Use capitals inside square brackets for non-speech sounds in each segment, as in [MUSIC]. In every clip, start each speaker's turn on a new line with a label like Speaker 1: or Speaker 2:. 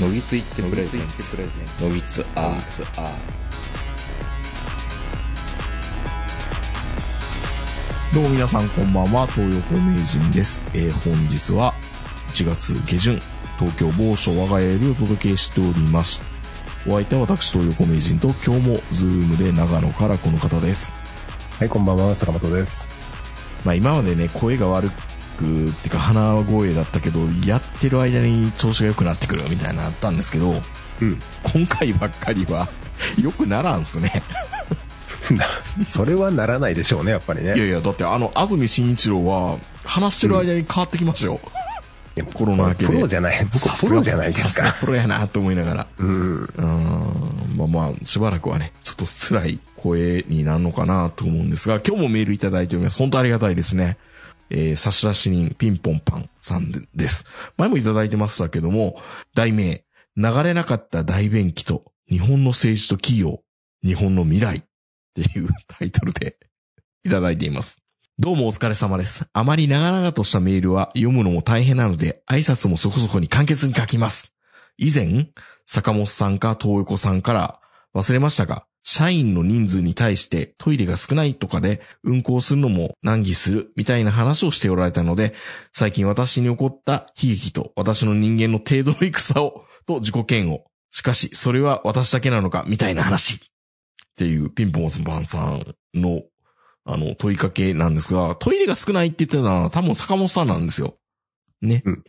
Speaker 1: のぎついってプレゼンツのぎつアーツア
Speaker 2: どうも皆さんこんばんは、東横名人です。えー本日は1月下旬、東京某所我が家よりお届けしております。お相手は私、東横名人と今日もズームで長野からこの方です。
Speaker 3: はい、こんばんは、坂
Speaker 2: [LAUGHS]
Speaker 3: 本です。
Speaker 2: まあ今までね、声が悪く、ってか鼻声だったけど、やってる間に調子が良くなってくるみたいなのあったんですけど、
Speaker 3: うん。
Speaker 2: 今回ばっかりは良くならんすね。
Speaker 3: それはならないでしょうね、やっぱりね。
Speaker 2: いやいや、だってあの、安住紳一郎は話してる間に変わってきましたよ。
Speaker 3: いや
Speaker 2: コロナ明けで
Speaker 3: プロじゃない、
Speaker 2: さ
Speaker 3: 僕
Speaker 2: す
Speaker 3: プ
Speaker 2: が
Speaker 3: ロじゃないです
Speaker 2: さ
Speaker 3: か。
Speaker 2: すがプロやなと思いながら。
Speaker 3: うん。
Speaker 2: うーんまあまあ、しばらくはね、ちょっと辛い声になるのかなと思うんですが、今日もメールいただいております。本当ありがたいですね。えー、差出人、ピンポンパンさんでです。前もいただいてましたけども、題名、流れなかった大便器と、日本の政治と企業、日本の未来っていうタイトルで [LAUGHS] いただいています。どうもお疲れ様です。あまり長々としたメールは読むのも大変なので、挨拶もそこそこに簡潔に書きます。以前、坂本さんか東横さんから忘れましたが、社員の人数に対してトイレが少ないとかで運行するのも難儀するみたいな話をしておられたので、最近私に起こった悲劇と私の人間の程度の戦をと自己嫌悪。しかし、それは私だけなのかみたいな話。っていうピンポンパンさんのあの問いかけなんですが、トイレが少ないって言ってたのは多分坂本さんなんですよ。ね。
Speaker 3: うん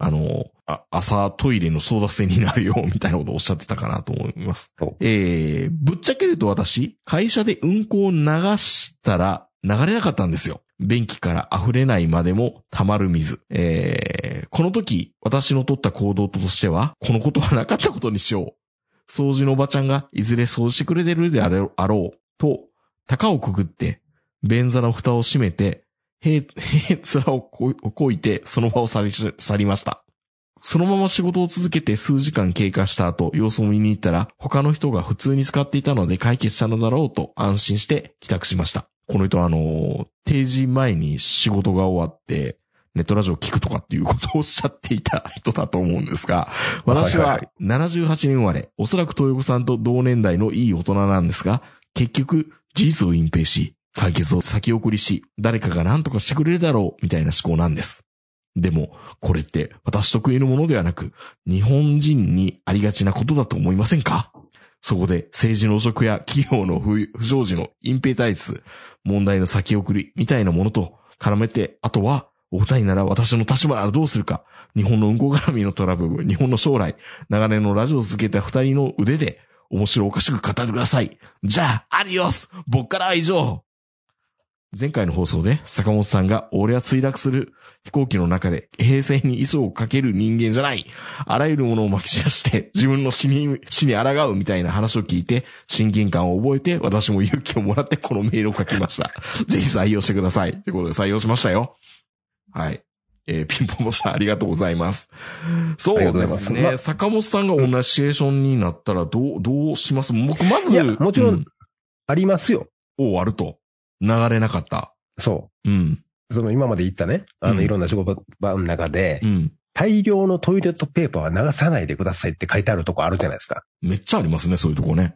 Speaker 2: あの、あ朝トイレの争奪戦になるよ、みたいなことをおっしゃってたかなと思います
Speaker 3: お。
Speaker 2: えー、ぶっちゃけると私、会社で運行を流したら流れなかったんですよ。便器から溢れないまでも溜まる水。えー、この時、私の取った行動としては、このことはなかったことにしよう。掃除のおばちゃんがいずれ掃除してくれてるであろう、あろうと、高をくぐって、便座の蓋を閉めて、へい、へい、面をこいこいて、その場を去り、去りました。そのまま仕事を続けて数時間経過した後、様子を見に行ったら、他の人が普通に使っていたので解決したのだろうと安心して帰宅しました。この人はあのー定時前に仕事が終わって、ネットラジオ聞くとかっていうことをおっしゃっていた人だと思うんですが、私
Speaker 3: はいはい
Speaker 2: は
Speaker 3: はい
Speaker 2: 78年生まれ、おそらく東横さんと同年代のいい大人なんですが、結局、事実を隠蔽し、解決を先送りし、誰かが何とかしてくれるだろう、みたいな思考なんです。でも、これって私特有のものではなく、日本人にありがちなことだと思いませんかそこで政治の汚職や企業の不不祥事の隠蔽体質、問題の先送りみたいなものと絡めて、あとは、お二人なら私の立場ならどうするか、日本の運行絡みのトラブル、日本の将来、長年のラジオを続けた二人の腕で、面白おかしく語ってください。じゃあ、アディオス僕からは以上前回の放送で、坂本さんが、俺は墜落する飛行機の中で、平成に磯をかける人間じゃないあらゆるものを巻き散らして、自分の死に、死に抗うみたいな話を聞いて、親近感を覚えて、私も勇気をもらってこのメールを書きました。
Speaker 3: [LAUGHS]
Speaker 2: ぜひ採用してください。ということで採用しましたよ。はい。えーピンポンさんありがとうございます。そう
Speaker 3: ありがとう
Speaker 2: で
Speaker 3: ございます
Speaker 2: すね。
Speaker 3: まあ
Speaker 2: 坂本さんが同じシチュエーションになったら、どう、どうします僕、まず、
Speaker 3: いやもちろん
Speaker 2: う
Speaker 3: ありますよ。
Speaker 2: おあると。流れなかった。
Speaker 3: そ
Speaker 2: うん。
Speaker 3: う。その今まで言ったね、あ
Speaker 2: う
Speaker 3: の、
Speaker 2: ん
Speaker 3: いろんな仕事場の中で、
Speaker 2: うん。
Speaker 3: 大量のトイレットペーパーは流さないでくださいって書いてあるとこあるじゃないで
Speaker 2: [LAUGHS]
Speaker 3: すか。
Speaker 2: めっちゃありますね、そういうとこね。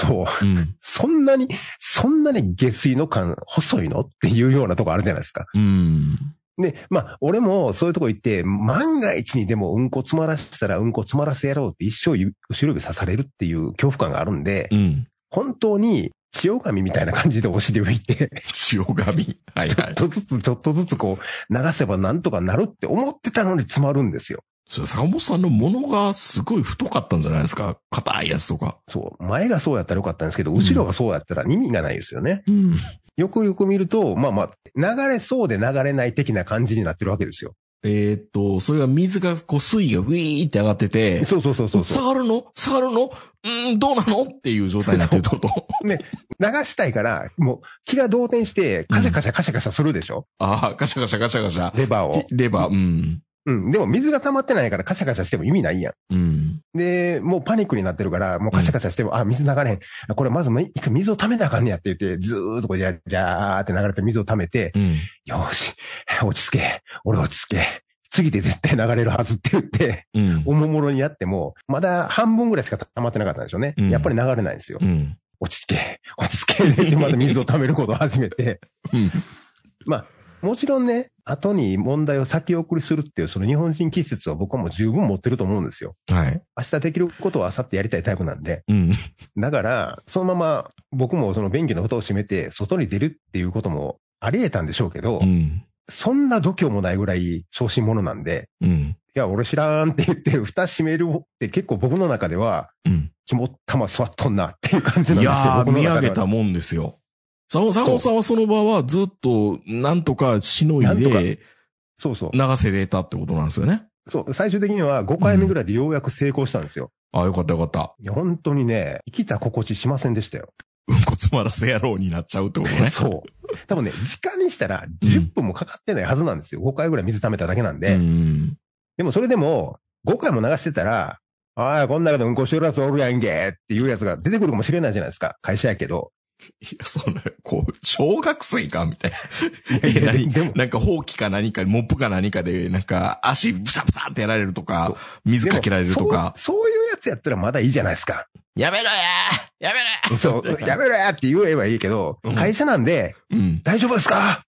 Speaker 3: そう。
Speaker 2: うん。
Speaker 3: そんなに、そんなに下水の感細いのっていうようなとこあるじゃないですか。
Speaker 2: うん。
Speaker 3: で、まあ、俺もそういうとこ行って、万が一にでもうんこ詰まらせたらうんこ詰まらせやろうって一生言う後ろ指さされるっていう恐怖感があるんで、
Speaker 2: うん。
Speaker 3: 本当に、千代紙みたいな感じでお尻を浮いて、
Speaker 2: 塩紙。はい
Speaker 3: ちょ
Speaker 2: は
Speaker 3: っ
Speaker 2: い。
Speaker 3: とずつちょっとずつこう、流せばなんとかなるって思ってたのに詰まるんですよ。
Speaker 2: それ坂本さんのものがすごい太かったんじゃないですか硬いやつとか。
Speaker 3: そう。前がそうやったらよかったんですけど、後ろがそうやったら意味がないですよね。
Speaker 2: うん。
Speaker 3: よくよく見ると、まあまあ、流れそうで流れない的な感じになってるわけですよ。
Speaker 2: えーっと、それが水が、こう、水位がウィーって上がってて、
Speaker 3: そうそうそうそうそう。
Speaker 2: 下がるの下がるのうーん、どうなのっていう状態になってるって
Speaker 3: [LAUGHS]
Speaker 2: こと。
Speaker 3: 流したいから、もう気が動転して、カシャカシャカシャカシャするでしょ、
Speaker 2: ああ、ガシャガシャガシャガシャ。
Speaker 3: レバーを。
Speaker 2: レバー、うん。
Speaker 3: うん。でも水が溜まってないからカシャカシャしても意味ないやん。
Speaker 2: うん。
Speaker 3: で、もうパニックになってるから、もうカシャカシャしても、あ、水流れへん。あこれまずもう一回水を溜めなあかんねやって言って、ずーっとこう、じゃ、じゃーって流れて水を溜めて、
Speaker 2: うん。
Speaker 3: よーし、落ち着け、俺落ち着け、次で絶対流れるはずって言って、
Speaker 2: うん。
Speaker 3: おもむろにやっても、まだ半分ぐらいしか溜まってなかったんでしょうね。
Speaker 2: うん
Speaker 3: やっぱり流れないんですよ
Speaker 2: う。ん。
Speaker 3: 落ち着け、落ち着けって言ってまた水を溜めることを始めて、
Speaker 2: うん。
Speaker 3: もちろんね、後に問題を先送りするっていう、その日本人気質は僕はもう十分持ってると思うんですよ。
Speaker 2: はい。
Speaker 3: 明日できることは明後日やりたいタイプなんで。
Speaker 2: うん。
Speaker 3: だから、そのまま僕もその便器の蓋を閉めて、外に出るっていうこともあり得たんでしょうけど、
Speaker 2: うん。
Speaker 3: そんな度胸もないぐらい小心者なんで、
Speaker 2: うん。
Speaker 3: いや、俺知らんって言って、蓋閉めるって結構僕の中では、
Speaker 2: うん。
Speaker 3: 肝っ玉座っとんなっていう感じなん
Speaker 2: い
Speaker 3: ですよ。
Speaker 2: やー、
Speaker 3: 僕の
Speaker 2: 見
Speaker 3: 中
Speaker 2: 上
Speaker 3: で
Speaker 2: げ
Speaker 3: は
Speaker 2: たもんですよ。坂本坂本さんはその場はずっと、なんとかしのい
Speaker 3: なん
Speaker 2: で、
Speaker 3: そうそう。
Speaker 2: 流せれたってことなんですよね。
Speaker 3: そう、最終的には5回目ぐらいでようやく成功したんですよ。
Speaker 2: あ、よかったよかった。
Speaker 3: いや、本当にね、生きた心地しませんでしたよ。
Speaker 2: うんこつまらせ野郎になっちゃうってこと [LAUGHS] ね。
Speaker 3: そう。多分ね、時間にしたら
Speaker 2: うん
Speaker 3: 10分もかかってないはずなんですよ。5回ぐらい水溜めただけなんで。
Speaker 2: うん。
Speaker 3: でもそれでも、5回も流してたら、ああ、こんなことうんこしてるやつおるやんけっていうやつが出てくるかもしれないじゃないですか。会社やけど。
Speaker 2: いや、その、こう、小学生かみたいな。
Speaker 3: いや
Speaker 2: え何
Speaker 3: でも、
Speaker 2: なんか、ほうきか何か、モップか何かで、なんか、足、ブサブサってやられると
Speaker 3: そ
Speaker 2: か
Speaker 3: う、
Speaker 2: 水かけられるとか、
Speaker 3: そう。そういうやつやったらまだいいじゃないで
Speaker 2: [LAUGHS]
Speaker 3: すか。
Speaker 2: やめろやーやめ
Speaker 3: そう、やめろやって言えばいいけど
Speaker 2: うん、
Speaker 3: 会社なんで、
Speaker 2: ろやうん。
Speaker 3: 大丈夫ですか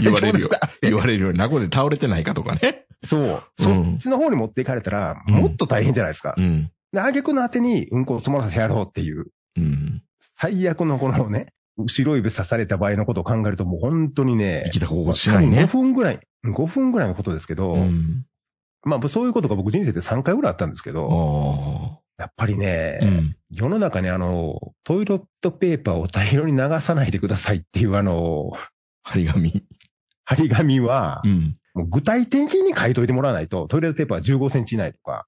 Speaker 2: 言われるよ
Speaker 3: 大丈夫ですかって
Speaker 2: 言われるよ。名護で倒れてないかとかね。
Speaker 3: そう。
Speaker 2: うん
Speaker 3: そっちの方に持っていかれたら、
Speaker 2: うん
Speaker 3: もっと大変じゃないですか
Speaker 2: う。ん。
Speaker 3: で、挙句の果てに、うんこを詰まらせてやろうっていう、
Speaker 2: うん。
Speaker 3: 最悪のこのね、後ろ指刺された場合のことを考えると、もう本当にね
Speaker 2: 生、きた心地しないね
Speaker 3: 5。分ぐらい、5分ぐらいのことですけど、
Speaker 2: うん。
Speaker 3: まあそういうことが僕人生で3回ぐらいあったんですけど、
Speaker 2: あ
Speaker 3: やっぱりね
Speaker 2: あ。、うん。
Speaker 3: 世の中にあの、トイレットペーパーを大量に流さないでくださいっていうあの、
Speaker 2: 張り紙。
Speaker 3: 張り紙は
Speaker 2: う、ん。
Speaker 3: もう具体的に書いといてもらわないと、トイレットペーパーは15センチ以内とか、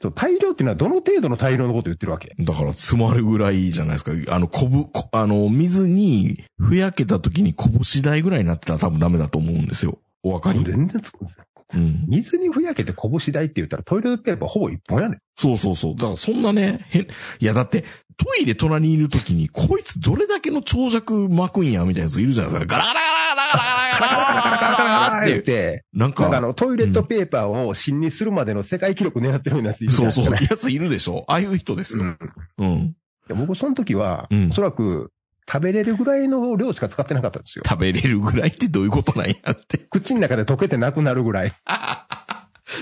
Speaker 3: そう大量っていうのはどの程度の大量のことを言ってるわけ
Speaker 2: だから、詰まるぐらいじゃないですか。あの、こぶ、こあの、水に、ふやけた時にこぼし台ぐらいになってたら多分ダメだと思うんですよ。お分かり。
Speaker 3: 全然つくんですよ。
Speaker 2: うん。
Speaker 3: 水にふやけて拳台って言ったらトイレットペーパーほぼ一本やで。
Speaker 2: そうそうそう。だから、そんなね、変、いや、だって、トイレ隣にいる時に、こいつどれだけの長尺巻くんや、みたいなやついるじゃないですか。ガラガラガラガラガラガラガラガラガラガラガラっ、
Speaker 3: 言ってて、
Speaker 2: なん
Speaker 3: なんかあ
Speaker 2: か、
Speaker 3: の、トイレットペーパーを侵にするまでの世界記録狙ってるようなやついるじゃ
Speaker 2: そう
Speaker 3: ないで
Speaker 2: そ
Speaker 3: す
Speaker 2: う、
Speaker 3: か
Speaker 2: や
Speaker 3: ね
Speaker 2: ついるでしょ。ああいう人です
Speaker 3: う
Speaker 2: よ。
Speaker 3: ん
Speaker 2: うん。
Speaker 3: いや僕、その時は、
Speaker 2: うん
Speaker 3: おそらく、食べれるぐらいの量しか使ってなかったんですよ。
Speaker 2: 食べれるぐらいってどういうことなんやって。 [LAUGHS]
Speaker 3: 口の中で溶けてなくなるぐらい。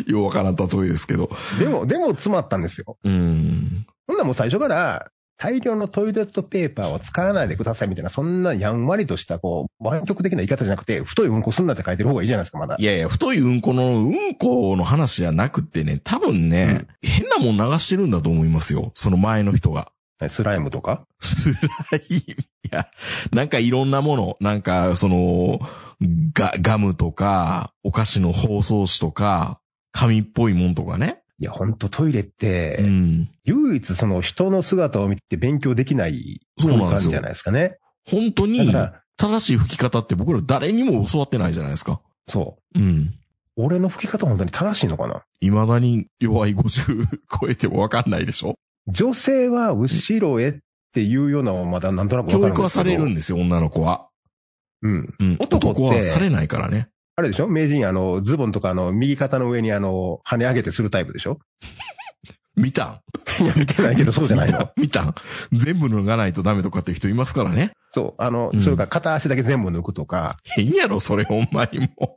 Speaker 2: ようわからん例えですけど。
Speaker 3: で [LAUGHS] も、でも詰まったんですよ。
Speaker 2: うん。
Speaker 3: ほんならもう最初から、大量のトイレットペーパーを使わないでくださいみたいな、そんなやんわりとした、こう、湾曲的な言い方じゃなくて、太いうんこすんなって書いてる方がいいじゃないですか、まだ
Speaker 2: い。やいや、太いうんこのうんこの話じゃなくてね、多分ね、変なもん流してるんだと思いますよ。その前の人が。
Speaker 3: スライムとか。
Speaker 2: 辛い。いや、なんかいろんなもの、なんか、その、ガ、ガムとか、お菓子の包装紙とか、紙っぽいもんとかね。
Speaker 3: いや、ほんとトイレって、
Speaker 2: うん。
Speaker 3: 唯一その人の姿を見て勉強できない
Speaker 2: そうなん
Speaker 3: 感
Speaker 2: ですよ
Speaker 3: じじゃないですかね。
Speaker 2: 本当
Speaker 3: だ
Speaker 2: に
Speaker 3: か、ら、
Speaker 2: 正しい吹き方って僕ら誰にも教わってないじゃないですか。
Speaker 3: そう。
Speaker 2: うん。
Speaker 3: 俺の吹き方本当に正しいのかな
Speaker 2: 未だに弱い50超えてもわかんないでしょ
Speaker 3: 女性は後ろへっていうようなのはまだなんとなくわかる
Speaker 2: 教
Speaker 3: んですけど。
Speaker 2: 育はされるんですよ、女の子は。
Speaker 3: うん。
Speaker 2: うん。
Speaker 3: 男って
Speaker 2: 男はされないからね。
Speaker 3: あれでしょ名人、あの、ズボンとかあの、右肩の上にあの、跳ね上げてするタイプでしょ
Speaker 2: 見たん。
Speaker 3: [LAUGHS] いや、見てないけどそうじゃないの。
Speaker 2: [LAUGHS] 見たん。全部脱がないとダメとかっていう人いますからね。
Speaker 3: そう。あの
Speaker 2: う、ん
Speaker 3: それから片足だけ全部抜くとか。
Speaker 2: 変やろ、それほんまにも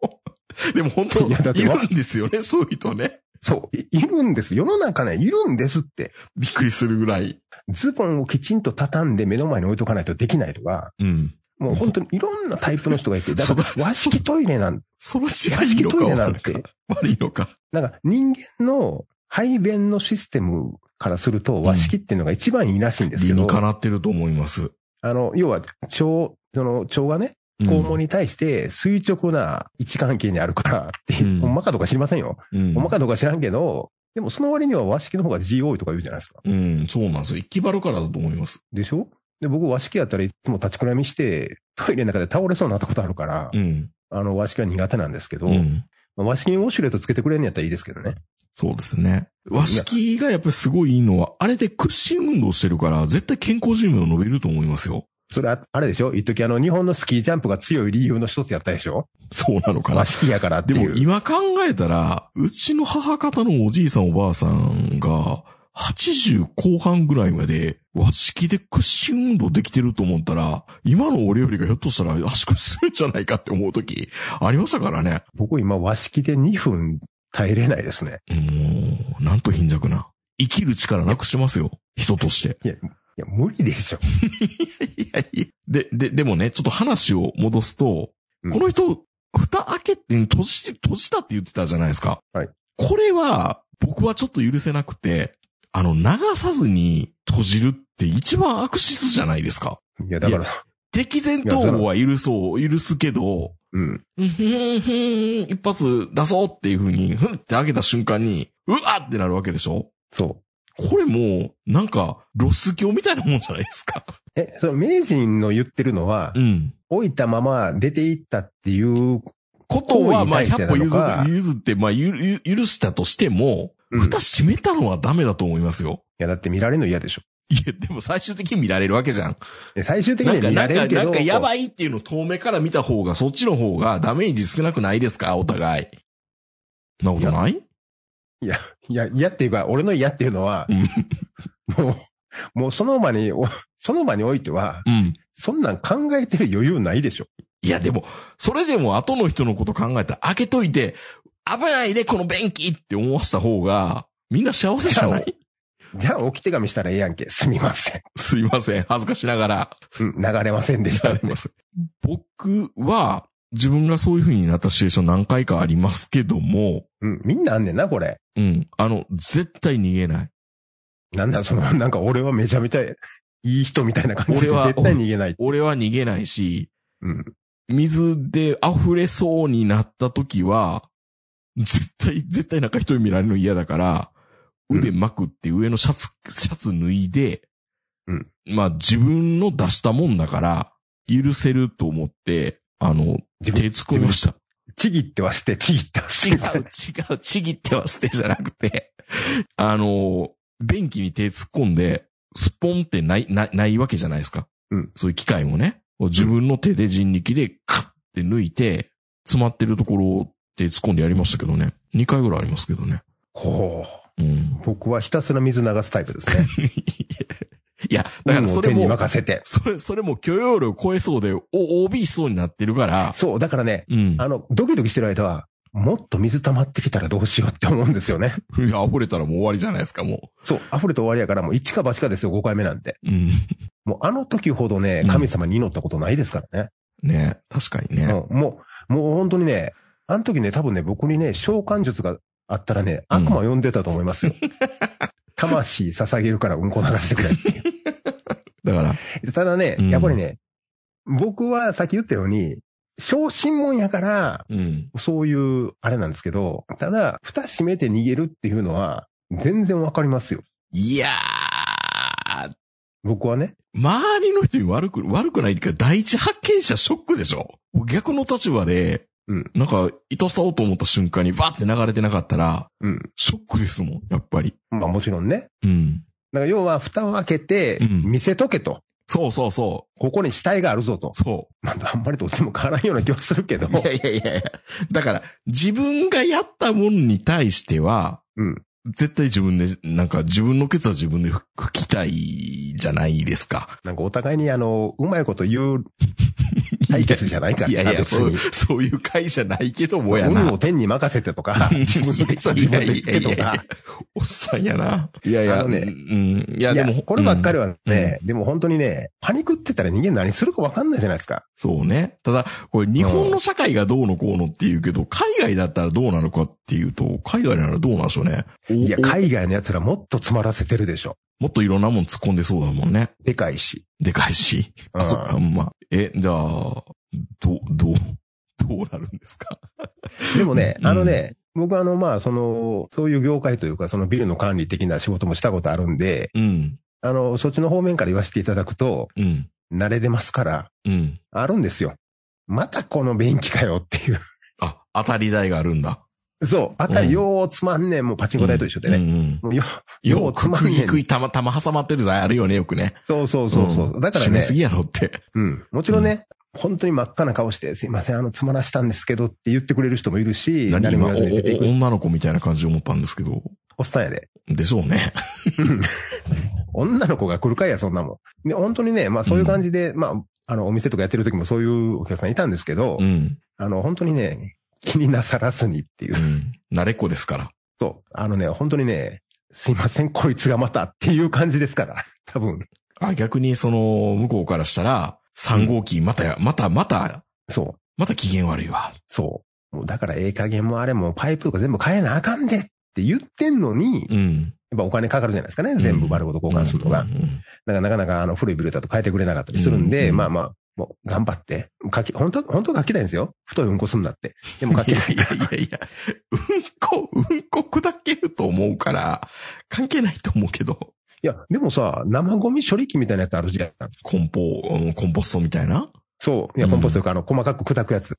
Speaker 2: う。 [LAUGHS] でも本当、
Speaker 3: いやだっ
Speaker 2: い
Speaker 3: てわ
Speaker 2: るんですよね、そういう人ね。
Speaker 3: そう。いいるんです。世の中ね、いるんですって。
Speaker 2: びっくりするぐらい。
Speaker 3: ズボンをきちんと畳んで目の前に置いとかないとできないとか。
Speaker 2: うん。
Speaker 3: もう本当にいろんなタイプの人がいて、
Speaker 2: [LAUGHS]
Speaker 3: だから和式トイレなん、
Speaker 2: その
Speaker 3: 和
Speaker 2: 違い
Speaker 3: 式
Speaker 2: の
Speaker 3: ト
Speaker 2: か
Speaker 3: イレ
Speaker 2: は悪
Speaker 3: なん
Speaker 2: いか
Speaker 3: て、
Speaker 2: 悪いのか。
Speaker 3: なんか人間の排便のシステムからすると和式っていうのが一番いいらしいんですけ
Speaker 2: 理に
Speaker 3: ど、
Speaker 2: かなってると思います。
Speaker 3: あの、要は腸、その腸がね、
Speaker 2: うん
Speaker 3: 肛門に対して垂直な位置関係にあるからって、
Speaker 2: うん
Speaker 3: ほんまかどうか知りませんよ。
Speaker 2: うん
Speaker 3: ほんまかどうか知らんけど、でもその割には和式の方が G 多いとか言うじゃないですか。
Speaker 2: うん、そうなんですよ。行き場るからだと思います。
Speaker 3: でしょで、僕和式やったらいつも立ちくらみして、トイレの中で倒れそうになったことあるから、
Speaker 2: うん。
Speaker 3: あの、和式は苦手なんですけど、
Speaker 2: うん。
Speaker 3: まあ和式にウォシュレットつけてくれんのやったらいいですけどね。
Speaker 2: そうですね。和式がやっぱりすごいいいのは、あれで屈伸運動してるから、絶対健康寿命伸びると思いますよ。
Speaker 3: それあ、あれでしょ一時あの、日本のスキージャンプが強い理由の一つやったでしょ
Speaker 2: そうなのかな
Speaker 3: 和。式やから [LAUGHS] って
Speaker 2: で
Speaker 3: い
Speaker 2: も
Speaker 3: う。
Speaker 2: 今考えたら、うちの母方のおじいさんおばあさんが、80後半ぐらいまで和式で屈伸運動できてると思ったら、今の俺よりがひょっとしたら足腰するんじゃないかって思う時ありましたからね。
Speaker 3: 僕今和式で2分耐えれないですね。
Speaker 2: もう、なんと貧弱な。生きる力なくしてますよ。人として。
Speaker 3: いや、無理でしょ。
Speaker 2: いやいや。で、で、でもね、ちょっと話を戻すと、
Speaker 3: うん
Speaker 2: この人、蓋開けて閉じて、閉じたって言ってたじゃないですか。
Speaker 3: はい
Speaker 2: これは、僕はちょっと許せなくて、あの、流さずに閉じるって一番悪質じゃないですか。
Speaker 3: いや、だから、
Speaker 2: 敵前逃亡は許そう、許すけど、
Speaker 3: うん。
Speaker 2: うんふんふん、一発出そうっていう風に、ふんって開けた瞬間に、うわってなるわけでしょ
Speaker 3: そう。
Speaker 2: これもう、なんか、ロス教みたいなもんじゃないですか。
Speaker 3: え、その名人の言ってるのは、
Speaker 2: うん。
Speaker 3: 置いたまま出ていったっていう、
Speaker 2: ことは、まあ、
Speaker 3: 行為に対して
Speaker 2: 100
Speaker 3: な
Speaker 2: 歩
Speaker 3: の
Speaker 2: 譲
Speaker 3: か
Speaker 2: って、譲って、まあ、ゆるゆ許したとしても、
Speaker 3: うんい
Speaker 2: 蓋閉めたのはダメだと思いますよ。
Speaker 3: や、だって見られるの嫌でしょ。
Speaker 2: いや、でも最終的に見られるわけじゃん。
Speaker 3: え最終的
Speaker 2: な
Speaker 3: に
Speaker 2: ん
Speaker 3: は
Speaker 2: か、
Speaker 3: 見
Speaker 2: な
Speaker 3: ら
Speaker 2: ん
Speaker 3: れる
Speaker 2: か、
Speaker 3: けど。
Speaker 2: なんか、やばいっていうのを遠目から見た方が、そっちの方がダメージ少なくないですかお互い。なことない
Speaker 3: いや、嫌っていうか、俺の嫌っていうのは、
Speaker 2: うん
Speaker 3: もう、もうその場に、おその場においては、
Speaker 2: うん。
Speaker 3: そんなん考えてる余裕ないでしょ。
Speaker 2: いや、でも、それでも後の人のこと考えたら、開けといて、危ないで、この便器って思わせた方が、みんな幸せじゃない
Speaker 3: じゃあ置き手紙したらええやんけ。すみません。
Speaker 2: すいません。恥ずかしながら。
Speaker 3: うん流れませんでした。
Speaker 2: [LAUGHS] 僕は、自分がそういう風になったシチュエーション何回かありますけども、
Speaker 3: うん、みんなあんねんな、これ。
Speaker 2: うん。あの、絶対逃げない。
Speaker 3: なんだ、その、なんか俺はめちゃめちゃいい人みたいな感じで
Speaker 2: 俺は
Speaker 3: 絶対逃げない。
Speaker 2: 俺は逃げないし、
Speaker 3: うん。
Speaker 2: 水で溢れそうになった時は、絶対、絶対なんか人に見られるの嫌だから、
Speaker 3: うん
Speaker 2: 腕まくって上のシャツ、シャツ脱いで、
Speaker 3: うん
Speaker 2: まあ自分の出したもんだから、許せると思って、あの、手
Speaker 3: 自分
Speaker 2: 突っ込みました。
Speaker 3: ちぎってはして、ちぎってはし
Speaker 2: 違
Speaker 3: て。
Speaker 2: う、違う、ちぎっては捨てじゃなくて、あの、便器に手突っ込んで、スポンってない、ない、ないわけじゃないですか。
Speaker 3: うん
Speaker 2: そういう機械もね。自分の手で人力でカッって抜いて、詰まってるところを手突っ込んでやりましたけどね。2回ぐらいありますけどね。
Speaker 3: ほ
Speaker 2: うん [LAUGHS]
Speaker 3: う。。僕はひたすら水流すタイプですね。
Speaker 2: いや、 [LAUGHS] だからそれ
Speaker 3: 運を手に
Speaker 2: も、
Speaker 3: 任せて。
Speaker 2: それ、それも許容量を超えそうで、お、OB しそうになってるから、
Speaker 3: そう、だからね、
Speaker 2: うん。
Speaker 3: あの、ドキドキしてる間は、もっと水溜まってきたらどうしようって思うんです
Speaker 2: [LAUGHS]
Speaker 3: よね。
Speaker 2: いや、溢れたらもう終わりじゃないですか、も
Speaker 3: そう、溢れて終わりやから、もう一か八かですよ、5回目なんて。
Speaker 2: う。うん。
Speaker 3: もうあの時ほどね
Speaker 2: うん、
Speaker 3: 神様に祈ったことないですからね。
Speaker 2: ね確かにね。
Speaker 3: うん、もう、もう本当にね、あの時ね、多分ね、僕にね、召喚術があったらね、悪魔呼んでたと思
Speaker 2: [LAUGHS]
Speaker 3: いますよ。魂捧げるからうんこ流してくれ
Speaker 2: [LAUGHS]
Speaker 3: ってい
Speaker 2: だから、
Speaker 3: う。ただね
Speaker 2: うん、
Speaker 3: やっぱりね、僕はさっき言ったように、小心者やから、
Speaker 2: うん。
Speaker 3: そういう、あれなんですけど、ただ、蓋閉めて逃げるっていうのは、全然わかりますよ。
Speaker 2: いやー、
Speaker 3: 僕はね。
Speaker 2: 周りの人に悪く、悪くないっていうか、第一発見者ショックでしょ逆の立場で、
Speaker 3: うん
Speaker 2: なんか、糸さおうと思った瞬間にバーって流れてなかったら、
Speaker 3: うん。
Speaker 2: ショックですもん、やっぱり。
Speaker 3: まあもちろんね。
Speaker 2: うん。
Speaker 3: だから要は、蓋を開けて
Speaker 2: う、ん
Speaker 3: 見せとけと。
Speaker 2: そうそうそ
Speaker 3: ここに死体があるぞと
Speaker 2: う、。そ
Speaker 3: まあ、あんまりどっちも変わらんような気はするけど
Speaker 2: う。。いやいやいやいや。だから、自分がやったもんに対しては、
Speaker 3: うん。
Speaker 2: 絶対自分で、なんか自分のケツは自分で拭きたいじゃないですか。
Speaker 3: なんかお互いに、あの、うまいこと言う対決じゃないから。
Speaker 2: いやいや、
Speaker 3: 別
Speaker 2: そう、
Speaker 3: に。
Speaker 2: そういう会じゃないけどもやな。、
Speaker 3: 運を天に任せてとか
Speaker 2: [LAUGHS]
Speaker 3: 自分の人は自分で言ってとか。
Speaker 2: おっさんやな。いやいや、
Speaker 3: あのね
Speaker 2: うん。いや、
Speaker 3: い
Speaker 2: で
Speaker 3: や
Speaker 2: も、、
Speaker 3: こればっかり
Speaker 2: は。
Speaker 3: はね、でも本当にね、パニックってたら人間何するかわかんないじゃないですか。
Speaker 2: そうね。ただ、これ日本の社会がどうのこうのっていうけど、海外だったらどうなのかっていうと、海外ならどうなんでしょうね。
Speaker 3: いや、
Speaker 2: おお
Speaker 3: 海外の奴らもっと詰まらせてるでしょ。
Speaker 2: もっといろんなもん突っ込んでそうだもんね。
Speaker 3: でかいし。
Speaker 2: でかいし。
Speaker 3: う
Speaker 2: あ、
Speaker 3: ん
Speaker 2: そっか、まあ。え、じゃあ、ど、どう、どうなるんですか
Speaker 3: でもね
Speaker 2: う、ん
Speaker 3: あのね、僕はあの、まあ、その、そういう業界というか、そのビルの管理的な仕事もしたことあるんで、
Speaker 2: うん、
Speaker 3: あの、そっちの方面から言わせていただくと、
Speaker 2: うん、
Speaker 3: 慣れてますから、
Speaker 2: うん。
Speaker 3: あるんですよ。またこの便器かよっていう。
Speaker 2: あ、当たり台があるんだ。
Speaker 3: そう、あったりようつまんねん、もうパチンコ台と一緒で
Speaker 2: うん
Speaker 3: ね。
Speaker 2: うん
Speaker 3: もうよ、
Speaker 2: よ
Speaker 3: よ
Speaker 2: う、
Speaker 3: うつまん
Speaker 2: 釘
Speaker 3: ねん
Speaker 2: 食いたま、たま挟まってる台あるよね、よくね。
Speaker 3: そうそうそうそう、
Speaker 2: ん
Speaker 3: だから
Speaker 2: 締め
Speaker 3: ね、
Speaker 2: すぎやろって。
Speaker 3: うん。もちろんね、本当に真っ赤な顔して、すいません、あの、つまらしたんですけどって言ってくれる人もいるし、
Speaker 2: 何
Speaker 3: 何
Speaker 2: 今
Speaker 3: も
Speaker 2: お
Speaker 3: 言わずに出てい
Speaker 2: お
Speaker 3: く。
Speaker 2: 女の子みたいな感じで思ったんですけど。
Speaker 3: おっさんやで。
Speaker 2: でしょうね。
Speaker 3: 女の子が来るかいや、そんなもん。で、本当にね、まあそういう感じで、まあ、あの、お店とかやってる時もそういうお客さんいたんですけど、
Speaker 2: うん。
Speaker 3: あの、本当にね、気になさらずにっていう
Speaker 2: う。ん。慣れっこですから。
Speaker 3: そう。あのね、本当にね、すいません、こいつがまたっていう感じですから。多分。
Speaker 2: あ、逆にその、向こうからしたら、3号機、またや、また、また、
Speaker 3: そう。
Speaker 2: また機嫌悪いわ。
Speaker 3: そう。もうだからええ加減もあれもパイプとか全部変えなあかんでって言ってんのに、やっ
Speaker 2: うん。
Speaker 3: ぱお金かかるじゃないですかね。全部丸ごと交換するのが。
Speaker 2: うんうん
Speaker 3: だからなかなかあの古いビルだと変えてくれなかったりするん
Speaker 2: うん
Speaker 3: で、
Speaker 2: うん
Speaker 3: まあまあ、もう頑張って。書き、本当本当は書きたいんですよ。太いうんこすんだって。でも書
Speaker 2: い
Speaker 3: け
Speaker 2: や [LAUGHS]
Speaker 3: ないい。
Speaker 2: やいやいや、うんこ、うんこ砕けると思うから、関係ないと思うけど、
Speaker 3: いや、でもさ、生ゴミ処理器みたいなやつあるじゃん。
Speaker 2: 梱包、うんコンポストみたいな
Speaker 3: そう。いや、
Speaker 2: うん
Speaker 3: コンポストとかあの、細かく砕くやつ。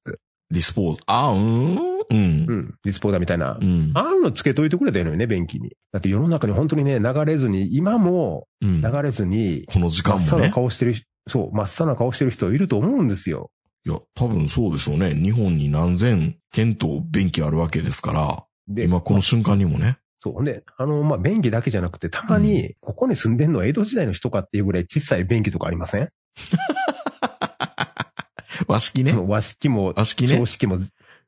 Speaker 2: ディスポーズ、あ、うーん、うん
Speaker 3: う、ん。ディスポーダーみたいな
Speaker 2: う。ん、
Speaker 3: ああいうのつけといてくれたらいいのにね、便器に。だって世の中に本当にね、流れずに、今も
Speaker 2: うん。
Speaker 3: 流れずに、
Speaker 2: この時
Speaker 3: 真
Speaker 2: 間
Speaker 3: っ青
Speaker 2: も
Speaker 3: な
Speaker 2: ね。
Speaker 3: 顔してる人、そう、真っ青な顔してる人いると思うんですよ。
Speaker 2: いや、多分そうでしょうね。日本に何千件と便器あるわけですから、
Speaker 3: で、
Speaker 2: 今この瞬間にもね。
Speaker 3: そう。ほんで、あの、まあ、便器だけじゃなくて、たまに、ここに住んでんのは江戸時代の人かっていうぐらい小さい便器とかありません、
Speaker 2: 和式ね
Speaker 3: そ。の和式も、
Speaker 2: 和式ね
Speaker 3: 小。式も、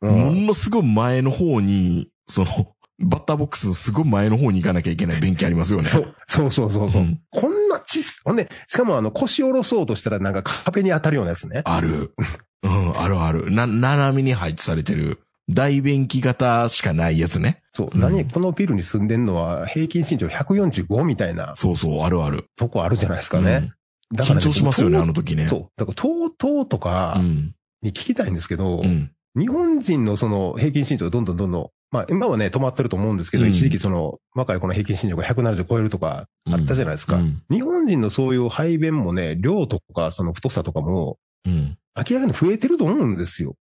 Speaker 3: う
Speaker 2: も
Speaker 3: ん。
Speaker 2: のすごい前の方に、その、 [LAUGHS] バッターボックスのすごい前の方に行かなきゃいけない便器ありますよね。
Speaker 3: そう、そうそうそうそう、
Speaker 2: ん
Speaker 3: こんな小さい、ほんで、しかもあの、腰下ろそうとしたらなんか壁に当たるようなやつね。
Speaker 2: ある。うん、あるある。な、斜めに配置されてる。大便器型しかないやつね。
Speaker 3: そう。
Speaker 2: うん
Speaker 3: 何このビルに住んでんのは平均身長145みたいな
Speaker 2: そうそう、あるある。
Speaker 3: とこあるじゃないですかね。
Speaker 2: うん
Speaker 3: だから
Speaker 2: 緊
Speaker 3: ね
Speaker 2: 張しますよね、あの時ね。
Speaker 3: そう。だから、とうとうと
Speaker 2: う
Speaker 3: か
Speaker 2: ん。
Speaker 3: に聞きたいんですけど、
Speaker 2: うん。
Speaker 3: 日本人のその平均身長どんどんどんどん、まあ今はね、止まってると思うんですけど、
Speaker 2: うん
Speaker 3: 一時期その若い子の平均身長が170超えるとかあったじゃないですか。
Speaker 2: うん。
Speaker 3: 日本人のそういう排便もね、量とかその太さとかも
Speaker 2: うん。
Speaker 3: 明らかに増えてると思うんですよ。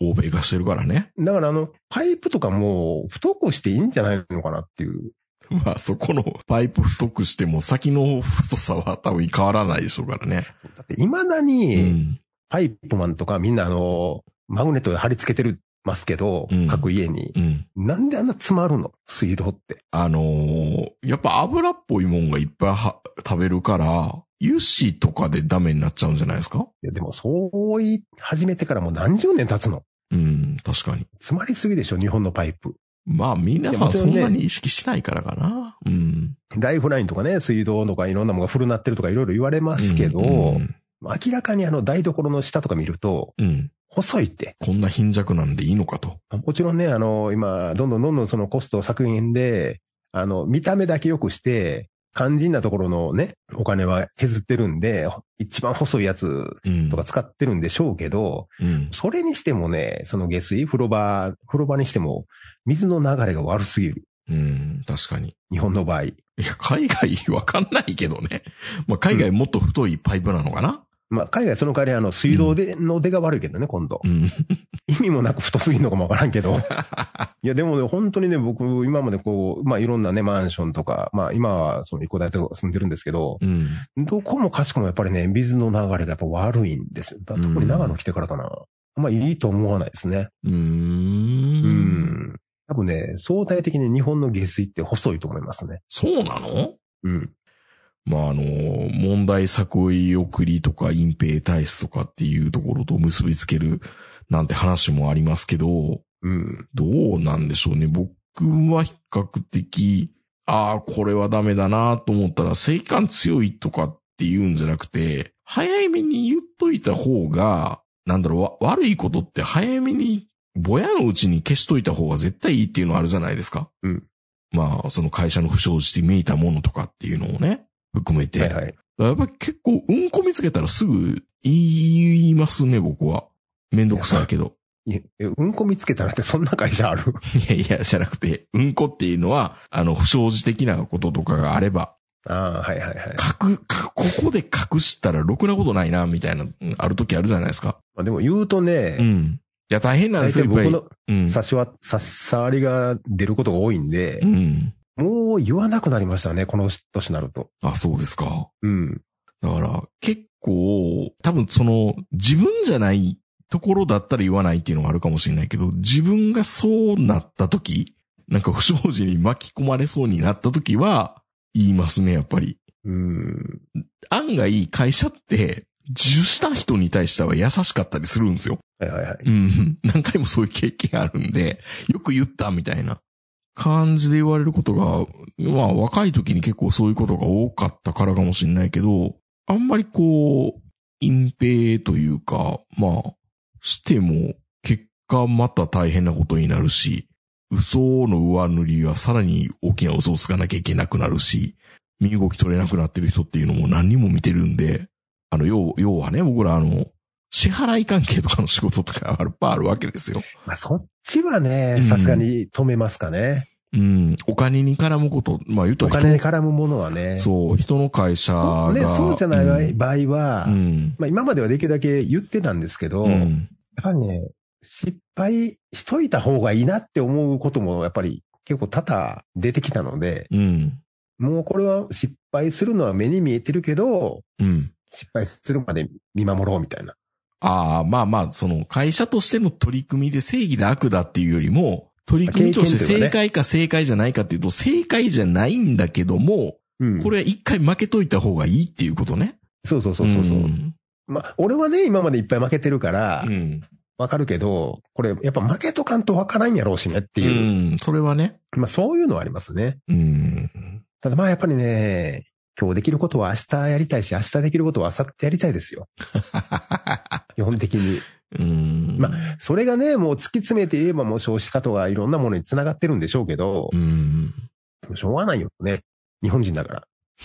Speaker 2: 欧米化してるからね。
Speaker 3: だからあの、パイプとかも太くしていいんじゃないのかなっていう。
Speaker 2: [LAUGHS] まあ、そこのパイプ太くしても先の太さは多分変わらないでしょうからね。
Speaker 3: だって未だ
Speaker 2: う
Speaker 3: に
Speaker 2: ん。
Speaker 3: パイプマンとかみんなあの、マグネットで貼り付けてるますけど、
Speaker 2: うん
Speaker 3: 各家に。
Speaker 2: うん。
Speaker 3: なんであんな詰まるの水道って。
Speaker 2: あのーやっぱ油っぽいもんがいっぱいは食べるから、油脂とかでダメになっちゃうんじゃないですか
Speaker 3: いやでもそう言い始めてからもう何十年経つの。
Speaker 2: うん、確かに。
Speaker 3: 詰まりすぎでしょ、日本のパイプ。
Speaker 2: まあ、皆さ
Speaker 3: いやも
Speaker 2: ん
Speaker 3: ち
Speaker 2: そ
Speaker 3: ろん
Speaker 2: ん
Speaker 3: ね
Speaker 2: なに意識しないからかな。うん。
Speaker 3: ライフラインとかね、水道とかいろんなものが古なってるとかいろいろ言われますけど、
Speaker 2: うん。
Speaker 3: 明らかにあの台所の下とか見ると、
Speaker 2: うん
Speaker 3: 細いって。
Speaker 2: こんな貧弱なんでいいのかと。
Speaker 3: もちろんね、あの、今、どんどんどんどんそのコスト削減で、あの、見た目だけ良くして、肝心なところのね、お金は削ってるんで、一番細いやつ
Speaker 2: うん。
Speaker 3: とか使ってるんでしょうけど、
Speaker 2: うん。
Speaker 3: それにしてもね、その下水、風呂場、風呂場にしても、水の流れが悪すぎる。
Speaker 2: うん。確かに。
Speaker 3: 日本の場合。
Speaker 2: いや、海外わかんないけどね。まあ、海外もっと太いパイプなのかな
Speaker 3: まあ、海外その代わりあの、水道で、の出が悪いけどね、今度。
Speaker 2: うん。
Speaker 3: 意味もなく太すぎるのかもわからんけ [LAUGHS] ど。いや、でもね、本当にね、僕、今までこう、まあ、いろんなね、マンションとか、まあ、今は、その、一戸建てを住んでるんですけど、
Speaker 2: うん。
Speaker 3: どこもかしこもやっぱりね、水の流れがやっぱ悪いんですよ。だ特に長野来てからかな。あんまいいと思わないですね。
Speaker 2: うー。
Speaker 3: うんん。多分ね、相対的に日本の下水って細いと思いますね。
Speaker 2: そうなの
Speaker 3: うん。
Speaker 2: まあ、あの、問題作為送りとか隠蔽体質とかっていうところと結びつけるなんて話もありますけど、
Speaker 3: うん。
Speaker 2: どうなんでしょうね。僕は比較的、ああ、これはダメだなと思ったら、性感強いとかって言うんじゃなくて、早めに言っといた方が、なんだろうわ、悪いことって早めに、ぼやのうちに消しといた方が絶対いいっていうのはあるじゃないですか。
Speaker 3: うん。
Speaker 2: まあ、その会社の不祥事で見えたものとかっていうのをね、含めて。
Speaker 3: はいはい。
Speaker 2: やっぱり結構、うんこ見つけたらすぐ言いますね、僕は。めんどくさいけど。
Speaker 3: いえうんこ見つけたらってそんな会社ある [LAUGHS]
Speaker 2: いやいや、じゃなくて、うんこっていうのは、あの、不祥事的なこととかがあれば、
Speaker 3: ああ、はいはいはい。
Speaker 2: 隠、かここで隠したらろくなことないな、みたいな、うんある時あるじゃないですか。
Speaker 3: まあ、でも言うとね、
Speaker 2: うん。や、大変なんで
Speaker 3: 大
Speaker 2: すよ、
Speaker 3: 体
Speaker 2: いっぱ
Speaker 3: 僕
Speaker 2: い。
Speaker 3: の
Speaker 2: うん。
Speaker 3: 差しは、差し障りが出ることが多いんで
Speaker 2: う、ん。
Speaker 3: もう言わなくなりましたね、この年になると。
Speaker 2: あ、そうですか。
Speaker 3: うん。
Speaker 2: だから、結構、多分その、自分じゃないところだったら言わないっていうのがあるかもしれないけど、自分がそうなった時、なんか不祥事に巻き込まれそうになった時は、言いますね、やっぱり。
Speaker 3: うん。
Speaker 2: 案外、会社って、受した人に対しては優しかったりするんですよ。
Speaker 3: はいはいはい。
Speaker 2: うん。 [LAUGHS] 何回もそういう経験あるんで、よく言ったみたいな感じで言われることが、まあ若い時に結構そういうことが多かったからかもしれないけど、あんまりこう、隠蔽というか、まあ、しても結果また大変なことになるし、嘘の上塗りはさらに大きな嘘をつかなきゃいけなくなるし、身動き取れなくなってる人っていうのも何人も見てるんで、あの、要要はね、僕らあの、支払い関係とかの仕事とかある、ばあるわけですよ。
Speaker 3: まあそっちは
Speaker 2: う
Speaker 3: ね
Speaker 2: ん、
Speaker 3: さすがに止めますかね。
Speaker 2: うん。お金に絡むこと、まあ言うと
Speaker 3: お金に絡むものはね。
Speaker 2: そう、人の会社が。
Speaker 3: ね、そうじゃない場合
Speaker 2: うん
Speaker 3: 場合は、
Speaker 2: うん。
Speaker 3: まあ今まではできるだけ言ってたんですけど、
Speaker 2: う
Speaker 3: やっ
Speaker 2: ん。
Speaker 3: ぱりね、失敗しといた方がいいなって思うこともやっぱり結構多々出てきたので、
Speaker 2: うん。
Speaker 3: もうこれは失敗するのは目に見えてるけど、
Speaker 2: うん。
Speaker 3: 失敗するまで見守ろうみたいな。
Speaker 2: ああ、まあまあ、その会社としての取り組みで正義だ悪だっていうよりも、取り組みとして
Speaker 3: 経
Speaker 2: 正
Speaker 3: 験というかね
Speaker 2: 解か正解じゃないかっていうと、正解じゃないんだけども、
Speaker 3: うん。
Speaker 2: これは一回負けといた方がいいっていうことね。
Speaker 3: そうそうそうそうそう。
Speaker 2: ん
Speaker 3: まあ、俺はね、今までいっぱい負けてるから
Speaker 2: う、ん。
Speaker 3: わかるけど、これ、やっぱ負けとかんとわからんやろうしねっていう、
Speaker 2: うん。それはね。
Speaker 3: まあそういうのはありますね。
Speaker 2: うん。
Speaker 3: ただまあやっぱりね、今日できることは明日やりたいし、明日できることは明後日やりたいですよ。基本的に。
Speaker 2: うん。
Speaker 3: まそれがね、もう突き詰めて言えばもう少子化とかいろんなものに繋がってるんでしょうけど
Speaker 2: う、ん。
Speaker 3: しょうがないよね。日本人だから。い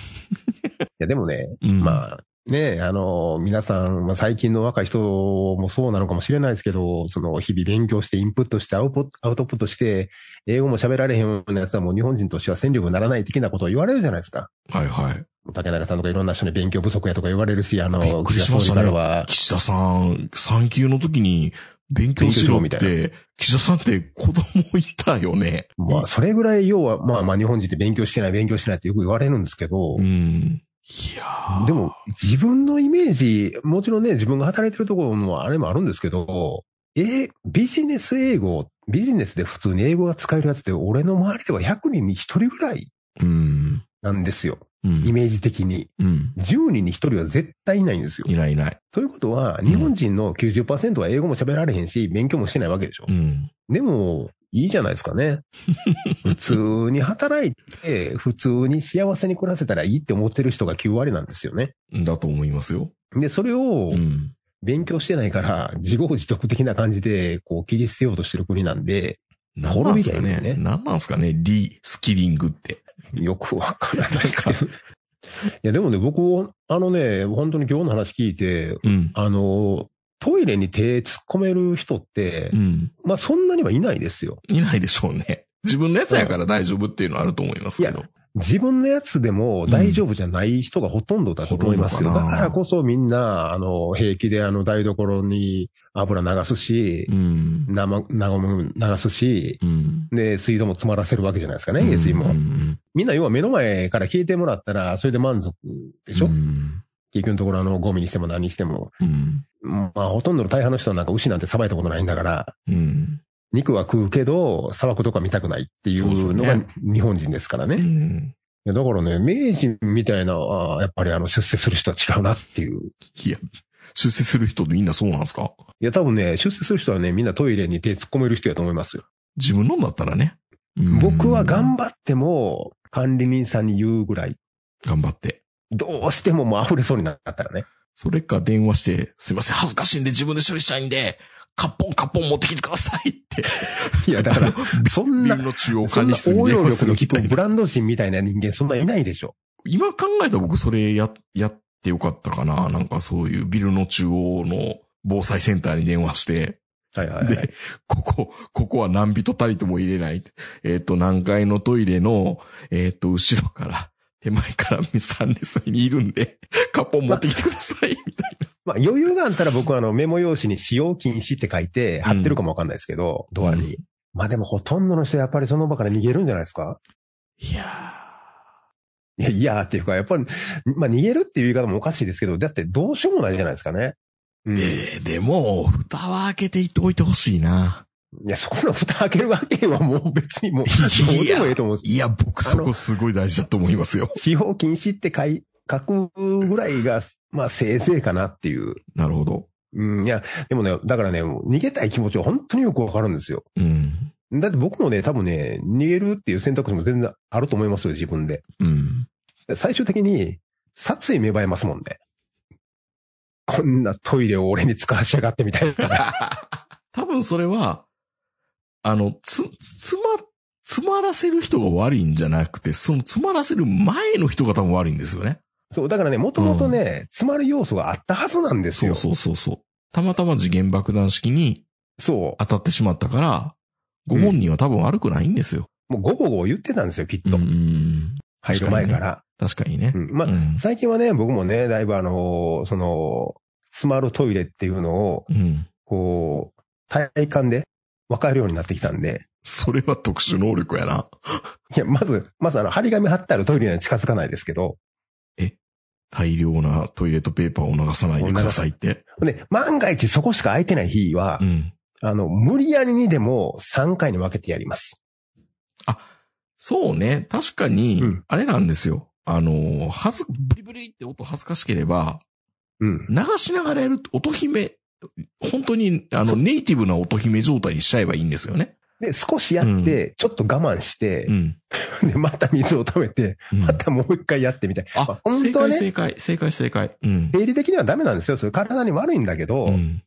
Speaker 3: やでもね、
Speaker 2: うん。あ。
Speaker 3: まあ、ね、あの、皆さん、まあ、最近の若い人もそうなのかもしれないですけど、その、日々勉強して、インプットして、アウトプアウトプットして、英語も喋られへんようなやつはもう日本人としては戦力にならない的なことを言われるじゃないですか。
Speaker 2: はいはい。
Speaker 3: 竹中さんとかいろんな人に勉強不足やとか言われるし、あ
Speaker 2: びっ
Speaker 3: の、
Speaker 2: くり
Speaker 3: 口
Speaker 2: し
Speaker 3: が
Speaker 2: まし
Speaker 3: 総
Speaker 2: た
Speaker 3: 理
Speaker 2: ね
Speaker 3: からは、
Speaker 2: 岸田さん、産休の時に勉強しろっ
Speaker 3: 勉強しろ
Speaker 2: て、岸田さんって子供いたよね。
Speaker 3: まあ、それぐらい要は、まあまあ日本人って勉強してない、勉強してないってよく言われるんですけど
Speaker 2: う、ん。いやー
Speaker 3: でも、自分のイメージ、もちろんね、自分が働いてるところもあれもあるんですけど、え、ビジネス英語、ビジネスで普通に英語が使えるやつって、俺の周りでは100人に1人ぐらい
Speaker 2: うん。
Speaker 3: なんですよ。
Speaker 2: うん
Speaker 3: イメージ的に。
Speaker 2: うん。
Speaker 3: 10人に1人は絶対いないんですよ
Speaker 2: い。ないいない。
Speaker 3: ということは、
Speaker 2: ん
Speaker 3: 日本人の90%は英語も喋られへんし、勉強もしてないわけでしょ
Speaker 2: う。ん。
Speaker 3: でも、いいじゃないです
Speaker 2: [LAUGHS]
Speaker 3: かね。普通に働いて、普通に幸せに暮らせたらいいって思ってる人が9割なんですよね。
Speaker 2: だと思いますよ。
Speaker 3: で、それを、
Speaker 2: うん。
Speaker 3: 勉強してないから、 [LAUGHS] 自業自得的な感じで、こう、切り捨てようとしてる国なんで、
Speaker 2: なんなんすか
Speaker 3: 滅びたよ
Speaker 2: ね。
Speaker 3: ね
Speaker 2: なんなんすかね。リスキリングって。
Speaker 3: よくわからないです [LAUGHS] けど。いや、でもね、僕、あのね、本当に今日の話聞いて、
Speaker 2: うん。
Speaker 3: あの、トイレに手突っ込める人って
Speaker 2: う、ん。
Speaker 3: まあ、そんなにはいないですよ。
Speaker 2: いないでしょうね。自分のやつやから大丈夫っていうのはあると思いますけど。
Speaker 3: 自分のやつでも大丈夫じゃない人がほとんどだと思いますよ。
Speaker 2: うんほとんどか
Speaker 3: だ
Speaker 2: な
Speaker 3: からこそみんな、あの、平気であの、台所に油流すし
Speaker 2: う、ん。
Speaker 3: 生、生もの流すし、
Speaker 2: うん。
Speaker 3: で、水道も詰まらせるわけじゃないですかね、
Speaker 2: うん
Speaker 3: 下水も。
Speaker 2: うん
Speaker 3: みんな要は目の前から消えてもらったら、それで満足でしょ、
Speaker 2: うん。
Speaker 3: 結局のところあの、ゴミにしても何にしても。
Speaker 2: うん。
Speaker 3: まあ、ほとんどの大半の人はなんか牛なんてさばいたことないんだから、
Speaker 2: うん。
Speaker 3: 肉は食うけど、砂漠とか見たくないってい
Speaker 2: そう
Speaker 3: うの
Speaker 2: です
Speaker 3: が
Speaker 2: ね
Speaker 3: 日本人ですからね。
Speaker 2: うん。
Speaker 3: いやだからね、明治みたいな、ああやっぱりあの、出世する人は違うなっていう。
Speaker 2: いや、出世する人みんなそうなんですか
Speaker 3: いや、多分ね、出世する人はね、みんなトイレに手突っ込める人やと思いますよ。
Speaker 2: 自分のだったらね。うん
Speaker 3: 僕は頑張っても、管理人さんに言うぐらい、
Speaker 2: 頑張って。
Speaker 3: どうしてももう溢れそうになったらね。
Speaker 2: それか電話して、すいません、恥ずかしいんで自分で処理したいんで、カッポンカッポン持ってきてくださいって。
Speaker 3: いや、
Speaker 2: [LAUGHS]
Speaker 3: だから、そんな
Speaker 2: ビル、の中央
Speaker 3: そ
Speaker 2: 管
Speaker 3: ん
Speaker 2: 理
Speaker 3: な
Speaker 2: 室に
Speaker 3: 応
Speaker 2: 電
Speaker 3: 用
Speaker 2: 話す
Speaker 3: 力
Speaker 2: る
Speaker 3: の
Speaker 2: み
Speaker 3: き
Speaker 2: た
Speaker 3: く
Speaker 2: い
Speaker 3: ブ
Speaker 2: な。
Speaker 3: ランド人みたいな人間そんないないでしょ。
Speaker 2: 今考えたら僕それや、やってよかったかな。なんかそういうビルの中央の防災センターに電話して、
Speaker 3: はいは
Speaker 2: で、ここ、ここは何人たりとも入れない。えっ、と、何階のトイレの、えっ、と、後ろから、手前から3列目にいるんで、カッポン持ってきてください、みたいな。
Speaker 3: まあ余裕があったら僕はあのメモ用紙に使用禁止って書いて貼ってるかもわかんないですけど、ドアに。まあでもほとんどの人やっぱりその場から逃げるんじゃないですか
Speaker 2: いや
Speaker 3: いや、いやっていうか、やっぱり、まあ逃げるっていう言い方もおかしいですけど、だってどうしようもないじゃないですかね。う
Speaker 2: ー。
Speaker 3: ん
Speaker 2: で、でも、蓋は開けていっておいてほしいな。
Speaker 3: いや、そこの蓋開けるわけはもう別にもう、どうでもいいと思うんです
Speaker 2: いや、僕そこすごい大事だと思いますよ。
Speaker 3: 使用禁止って書い書くぐらいが、まあせいぜいかなっていう。
Speaker 2: なるほど。
Speaker 3: うん、いや、でもね、だからね、もう逃げたい気持ちは本当によくわかるんですよ。
Speaker 2: うん。
Speaker 3: だって僕もね、多分ね、逃げるっていう選択肢も全然あると思いますよ、自分で。
Speaker 2: うん。
Speaker 3: 最終的に、殺意芽生えますもんね。こんなトイレを俺に使わしやがってみたい
Speaker 2: [LAUGHS]
Speaker 3: な。
Speaker 2: 多分それは、あの、つ、つま、つまらせる人が悪いんじゃなくて、そのつまらせる前の人が多分悪いんですよね。
Speaker 3: そう、だからね、もともとね、詰まる要素があったはずなんです
Speaker 2: そ
Speaker 3: よ。
Speaker 2: う
Speaker 3: そう
Speaker 2: そうそうそう。たまたま次元爆弾式に当たってしまったから、ご本人は多分悪くないんですよ。
Speaker 3: もうゴボゴボ言ってたんですよ、きっ
Speaker 2: うん
Speaker 3: と。
Speaker 2: うん。
Speaker 3: 入る前から。
Speaker 2: 確かにね。
Speaker 3: うん、まあ、
Speaker 2: うん
Speaker 3: 最近はね、僕もね、だいぶあのーその、詰まるトイレっていうのを、
Speaker 2: うん。
Speaker 3: こう、体感で分かるようになってきたんで、
Speaker 2: それは特殊能力やな。
Speaker 3: いや、まず、まずあの、張り紙貼ってあるトイレには近づかないですけど、
Speaker 2: 大量なトイレットペーパーを流さないでくださいって。
Speaker 3: で、万が一そこしか空いてない日は
Speaker 2: う、ん。
Speaker 3: あの、無理やりにでも3回に分けてやります。
Speaker 2: そうね。確かに
Speaker 3: うん、
Speaker 2: あれなんですよ。あの、はず、ブリブリって音恥ずかしければ、
Speaker 3: うん。
Speaker 2: 流しながらやると音姫、本当に、あ
Speaker 3: そ
Speaker 2: の、
Speaker 3: う
Speaker 2: ネイティブな音姫状態にしちゃえばいいんですよね。
Speaker 3: で、少しやって、ちょっと我慢して
Speaker 2: う、ん。
Speaker 3: で、また水を溜めて、
Speaker 2: うん
Speaker 3: またもう一回やってみたい。ま
Speaker 2: あ、
Speaker 3: 本
Speaker 2: 正
Speaker 3: 当は
Speaker 2: 解
Speaker 3: ね、
Speaker 2: 正解、正解正解。うん。
Speaker 3: 生理的にはダメなんですよ。それ体に悪いんだけど、
Speaker 2: うん。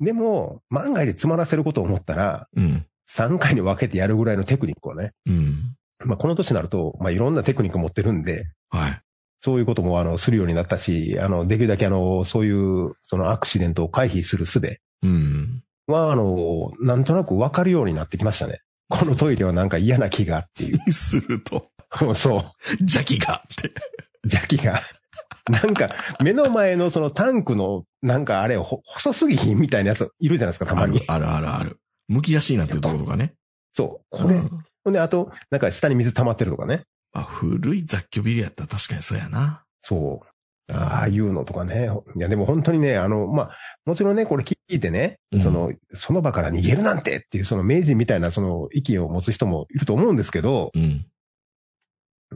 Speaker 3: でも、万が一詰まらせることを思ったら、
Speaker 2: うん。
Speaker 3: 3回に分けてやるぐらいのテクニックをね。
Speaker 2: うん。
Speaker 3: まあ、この年になると、まあ、いろんなテクニック持ってるんで、
Speaker 2: はい。
Speaker 3: そういうことも、あの、するようになったし、あの、できるだけ、あの、そういう、そのアクシデントを回避する術
Speaker 2: うん。
Speaker 3: は、あの、なんとなく分かるようになってきましたね。このトイレはなんか嫌な気がっていう。
Speaker 2: すると、
Speaker 3: そう。 [LAUGHS]
Speaker 2: 邪気があって。
Speaker 3: 邪気が。 [LAUGHS] なんか、目の前のそのタンクの、なんかあれ、ほ細すぎひんみたいなやついるじゃないですか、たま
Speaker 2: ある
Speaker 3: に。
Speaker 2: あるあるある。むき出しになってるところがね。
Speaker 3: そう。これ
Speaker 2: う。ん
Speaker 3: ほんで、あと、なんか下に水溜まってるとかね。
Speaker 2: まあ、古い雑居ビルやったら確かにそうやな。
Speaker 3: そう。ああいうのとかね。いや、でも本当にね、あの、まあ、もちろんね、これ聞いてね、
Speaker 2: うん
Speaker 3: その、その場から逃げるなんてっていう、その名人みたいな、その意見を持つ人もいると思うんですけど、
Speaker 2: うん。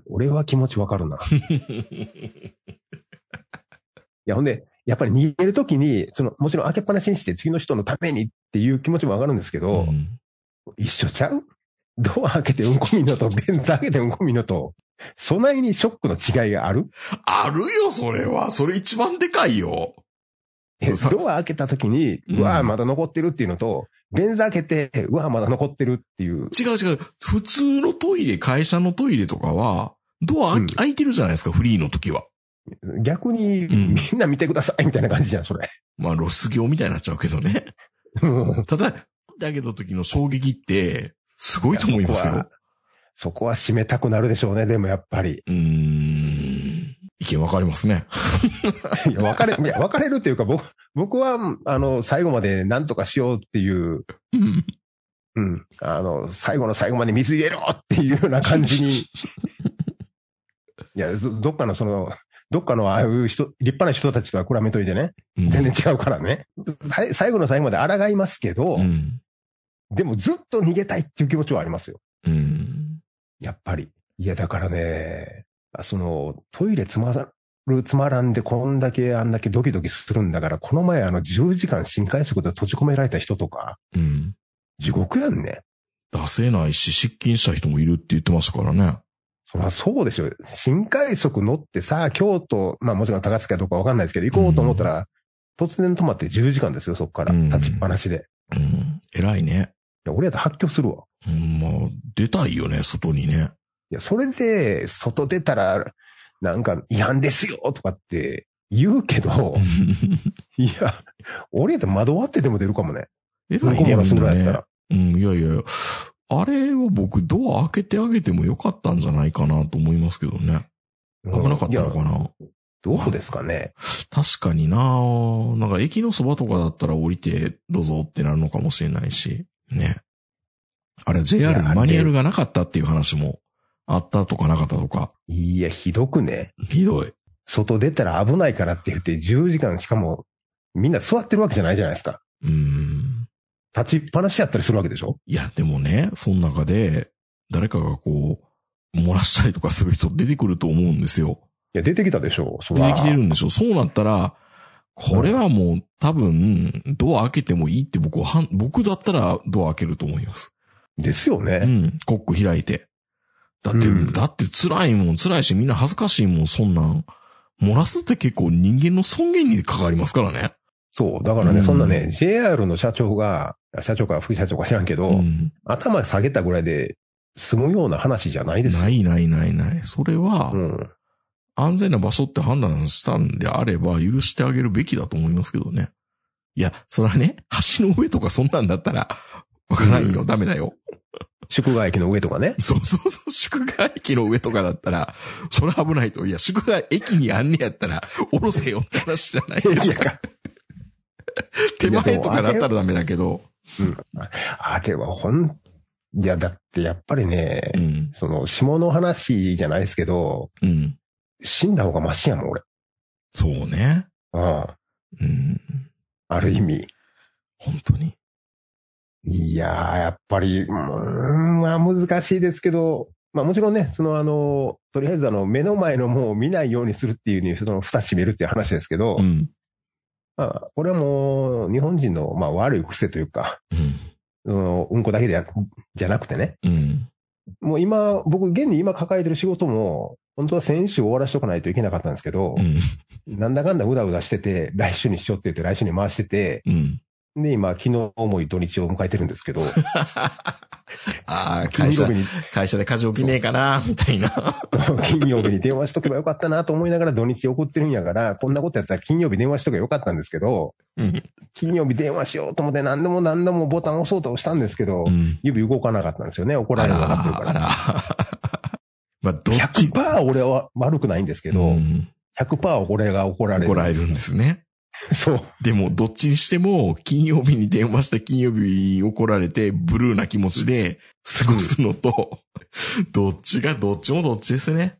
Speaker 3: 俺は気持ちわかるな。いや、ほんで、やっぱり逃げるときに、その、もちろん開けっぱなしにして次の人のためにっていう気持ちもわかるんですけど、
Speaker 2: うん
Speaker 3: 一緒ちゃうドア開けてうんこ見んのと、便座開けてうんこ見んのと、備えにショックの違いがある
Speaker 2: あるよ、それは。それ一番でかいよ。
Speaker 3: え
Speaker 2: そう
Speaker 3: ドア開けた時に、
Speaker 2: うん
Speaker 3: うわぁ、まだ残ってるっていうのと、便座開けて、うわぁ、まだ残ってるっていう。
Speaker 2: 違う違う。普通のトイレ、会社のトイレとかは、ドア開き
Speaker 3: うん
Speaker 2: 開いてるじゃないですか、フリーの時は。
Speaker 3: 逆
Speaker 2: う
Speaker 3: に、
Speaker 2: ん
Speaker 3: みんな見てくださいみたいな感じじゃん、それ。
Speaker 2: まあ、ロス業みたいになっちゃうけどね。
Speaker 3: うん
Speaker 2: ただ、だけど時の衝撃って、すごいと思います
Speaker 3: いや
Speaker 2: よ。
Speaker 3: そこは閉めたくなるでしょうね、でもやっぱり。
Speaker 2: うーん。意見分かれますね。
Speaker 3: いや、別れ、いや、別れるっていうか、僕、僕は、あの、最後まで何とかしようっていう、
Speaker 2: うん。
Speaker 3: うん、あの、最後の最後まで水入れろっていうような感じ
Speaker 2: [LAUGHS]
Speaker 3: に。いや、どどっかのその、どっかのああいう人、立派な人たちとは比べといてね。
Speaker 2: うん
Speaker 3: 全然違うからね。さい最後の最後まで抗いますけど、
Speaker 2: うん。
Speaker 3: でもずっと逃げたいっていう気持ちはありますよ。
Speaker 2: うん。
Speaker 3: やっぱり。いや、だからね、あその、トイレつまる、つまらんで、こんだけ、あんだけドキドキするんだから、この前、あの、10時間深海食で閉じ込められた人とか、
Speaker 2: うん。
Speaker 3: 地獄やんね。
Speaker 2: 出せないし、失禁した人もいるって言ってましたからね。
Speaker 3: そりゃそうでしょ。深海食乗ってさ、京都、まあもちろん高槻かどうかわかんないですけど、行こうと思ったら、突然止まって10時間ですよ、そこから。
Speaker 2: うん
Speaker 3: 立ちっぱなしで。い
Speaker 2: うん。偉いね。
Speaker 3: や俺やったら発狂するわ。
Speaker 2: うん、まあ、出たいよね、外にね。
Speaker 3: いや、それで、外出たら、なんか違反ですよとかって言うけど、いや、俺やったら窓割ってでも出るかもね。
Speaker 2: [LAUGHS] 偉い
Speaker 3: 向こう
Speaker 2: ね、
Speaker 3: が
Speaker 2: み
Speaker 3: そ
Speaker 2: ん
Speaker 3: う
Speaker 2: な
Speaker 3: やった
Speaker 2: ね
Speaker 3: ら。。
Speaker 2: うん、いやいや。あれは僕、ドア開けてあげてもよかったんじゃないかなと思いますけどね。危なかったのか
Speaker 3: いや
Speaker 2: な。
Speaker 3: どうですかね。
Speaker 2: 確かにななんか駅のそばとかだったら降りてどうぞってなるのかもしれないし、ね。あれ
Speaker 3: い
Speaker 2: JR
Speaker 3: やあ
Speaker 2: に
Speaker 3: れ
Speaker 2: マニュアルがなかったっていう話もあったとかなかったとか、
Speaker 3: いや、ひどくね。
Speaker 2: ひどい。
Speaker 3: 外出たら危ないからって言って10時間しかもみんな座ってるわけじゃないじゃないですか。
Speaker 2: うーん。
Speaker 3: 立ちっぱなしやったりするわけでしょ
Speaker 2: いや、でもね、その中で誰かがこう、漏らしたりとかする人出てくると思うんですよ。
Speaker 3: いや、出てきたでしょそ
Speaker 2: 出て
Speaker 3: ら
Speaker 2: きてるんでしょそうなったら、これはもう多分、ドア開けてもいいって僕は判、僕だったらドア開けると思います。
Speaker 3: ですよ
Speaker 2: う
Speaker 3: ね。
Speaker 2: ん。コック開いて。だって、
Speaker 3: うん
Speaker 2: だって辛いもん、辛いし、みんな恥ずかしいもん、そんなん。漏らすって結構人間の尊厳に関わりますからね。
Speaker 3: そう。だからね、
Speaker 2: うん
Speaker 3: そんなね、JR の社長が、社長か副社長か知らんけど、
Speaker 2: うん。
Speaker 3: 頭下げたぐらいで済むような話じゃないですよ。
Speaker 2: ないないないない。それは
Speaker 3: う、ん。
Speaker 2: 安全な場所って判断したんであれば、許してあげるべきだと思いますけどね。いや、それはね、橋の上とかそんなんだったら、わからんよ、
Speaker 3: うん
Speaker 2: ダメだよ。
Speaker 3: 宿外駅の上とかね。
Speaker 2: そうそうそう、宿河駅の上とかだったら、それ危ないと。いや、宿河駅にあんねやったら、降ろせよって話じゃ [LAUGHS] ないですか。手前とかだったらダメだけど。
Speaker 3: うん。あれはほん、いや、だってやっぱりね、
Speaker 2: うん。
Speaker 3: その、下の話じゃないですけど、
Speaker 2: うん。
Speaker 3: 死んだ方がマシやもん、俺。
Speaker 2: そうね。
Speaker 3: うん。
Speaker 2: うん。
Speaker 3: ある意味。
Speaker 2: 本当に。
Speaker 3: いやー、やっぱり、うーん、まあ難しいですけど、まあもちろんね、そのあの、とりあえずあの、目の前のもう見ないようにするっていうに、その蓋閉めるっていう話ですけど、
Speaker 2: うん。
Speaker 3: まあ、これはもう、日本人の、まあ悪い癖というか、
Speaker 2: うん。
Speaker 3: そのうんこだけでやじゃなくてね、
Speaker 2: うん。
Speaker 3: もう今、僕、現に今抱えてる仕事も、本当は先週終わらしとかないといけなかったんですけど
Speaker 2: う、ん。
Speaker 3: なんだかんだうだうだしてて、来週にしようって言って、来週に回してて、
Speaker 2: うん。
Speaker 3: で、今、昨日もい土日を迎えてるんで
Speaker 2: [LAUGHS]
Speaker 3: すけど、
Speaker 2: ああ、会
Speaker 3: 金曜
Speaker 2: 社
Speaker 3: 日、に
Speaker 2: 会社で火事起きねえかな、みたいな。
Speaker 3: 金曜日に [LAUGHS] 電話しとけばよかったなと思いながら土日怒ってるんやから、こんなことやってたら金曜日電話しとけばよかったんですけど、
Speaker 2: うん。
Speaker 3: 金曜日電話しようと思って何度も何度もボタン押そうとしたんですけど、
Speaker 2: うん。
Speaker 3: 指動かなかったんですよね。怒ら
Speaker 2: あ
Speaker 3: れ
Speaker 2: ら
Speaker 3: なかってるか
Speaker 2: あ
Speaker 3: ら。
Speaker 2: ら。まあ、どっち
Speaker 3: 100%パー俺は悪くないんですけど、
Speaker 2: うん
Speaker 3: 100%パー俺が怒られる。
Speaker 2: 怒られるんですね。
Speaker 3: [LAUGHS] そう。
Speaker 2: でも、どっちにしても、金曜日に電話して金曜日に怒られて、ブルーな気持ちで過ごすのと、どっちがどっちもどっちですね。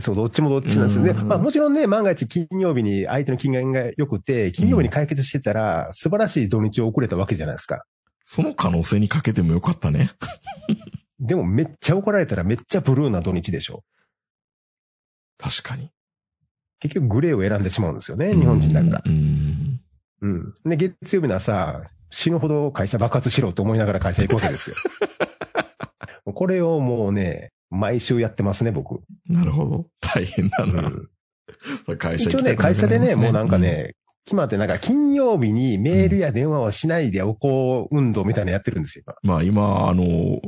Speaker 3: そう、どっちもどっちなんですよね。
Speaker 2: うん
Speaker 3: まあもちろんね、万が一金曜日に相手の金額が良くて、金曜日に解決してたら、素晴らしい土日を遅れたわけじゃないですか。
Speaker 2: その可能性にかけてもよかったね。
Speaker 3: でもめっちゃ怒られたらめっちゃブルーな土日でしょ。
Speaker 2: 確かに。
Speaker 3: 結局グレーを選んでしまうんですよね、日本人だから。
Speaker 2: うんうん。
Speaker 3: うん。で、月曜日の朝、死ぬほど会社爆発しろと思いながら会社行くわ
Speaker 2: [LAUGHS]
Speaker 3: けですよ。これをもうね、毎週やってますね、僕。
Speaker 2: なるほど。大変だ
Speaker 3: う
Speaker 2: な。
Speaker 3: ん
Speaker 2: それ会社
Speaker 3: 一
Speaker 2: 行
Speaker 3: 応
Speaker 2: きた
Speaker 3: ね、
Speaker 2: くな
Speaker 3: 会社
Speaker 2: くな
Speaker 3: で
Speaker 2: りま
Speaker 3: ね、
Speaker 2: す
Speaker 3: もうなんか、ね、決まってなんか金曜日にメールや電話をしないでおこう運動みたいなのやってるんですよ、今
Speaker 2: うんまあ今、あの、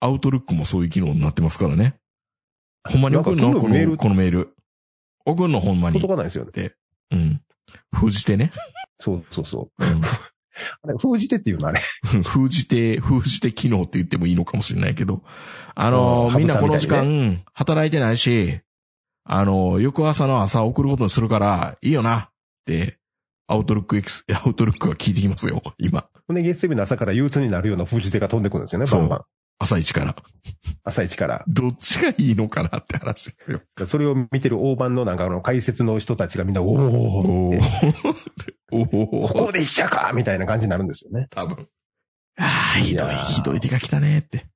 Speaker 2: アウトルックもそういう機能になってますからね。ほんまに送る
Speaker 3: な
Speaker 2: の
Speaker 3: んか
Speaker 2: こ
Speaker 3: 今度メー
Speaker 2: の、
Speaker 3: ル
Speaker 2: このメール。送るのほんまに
Speaker 3: 届。かないですよね。
Speaker 2: うん。封じてね。
Speaker 3: そうそうそう。
Speaker 2: うん
Speaker 3: あれ、封じてっていうのあれ。
Speaker 2: [LAUGHS] 封じて、封じて機能って言ってもいいのかもしれないけど、あの
Speaker 3: う
Speaker 2: ー、
Speaker 3: ん
Speaker 2: みんなこの時
Speaker 3: ハブさんみたい
Speaker 2: 間、働いてないし、あのー、翌朝の朝送ることにするから、いいよな、って、アウトルックエクス、アウトルックが聞いてきますよ、今。
Speaker 3: で、月曜日の朝から憂鬱になるような封じ手が飛んでくるんですよね、
Speaker 2: そ
Speaker 3: バ
Speaker 2: う
Speaker 3: ンバン。
Speaker 2: 朝一から。
Speaker 3: 朝一から。
Speaker 2: どっちがいいのかなって話ですよ。
Speaker 3: それを見てる大盤のなんかあの解説の人たちがみんな、おー、
Speaker 2: おーお
Speaker 3: こ
Speaker 2: ー [LAUGHS]
Speaker 3: こで一社かみたいな感じになるんですよね。
Speaker 2: 多分。ああ、ひど
Speaker 3: い
Speaker 2: い、
Speaker 3: やー
Speaker 2: ひどい手が来たねって。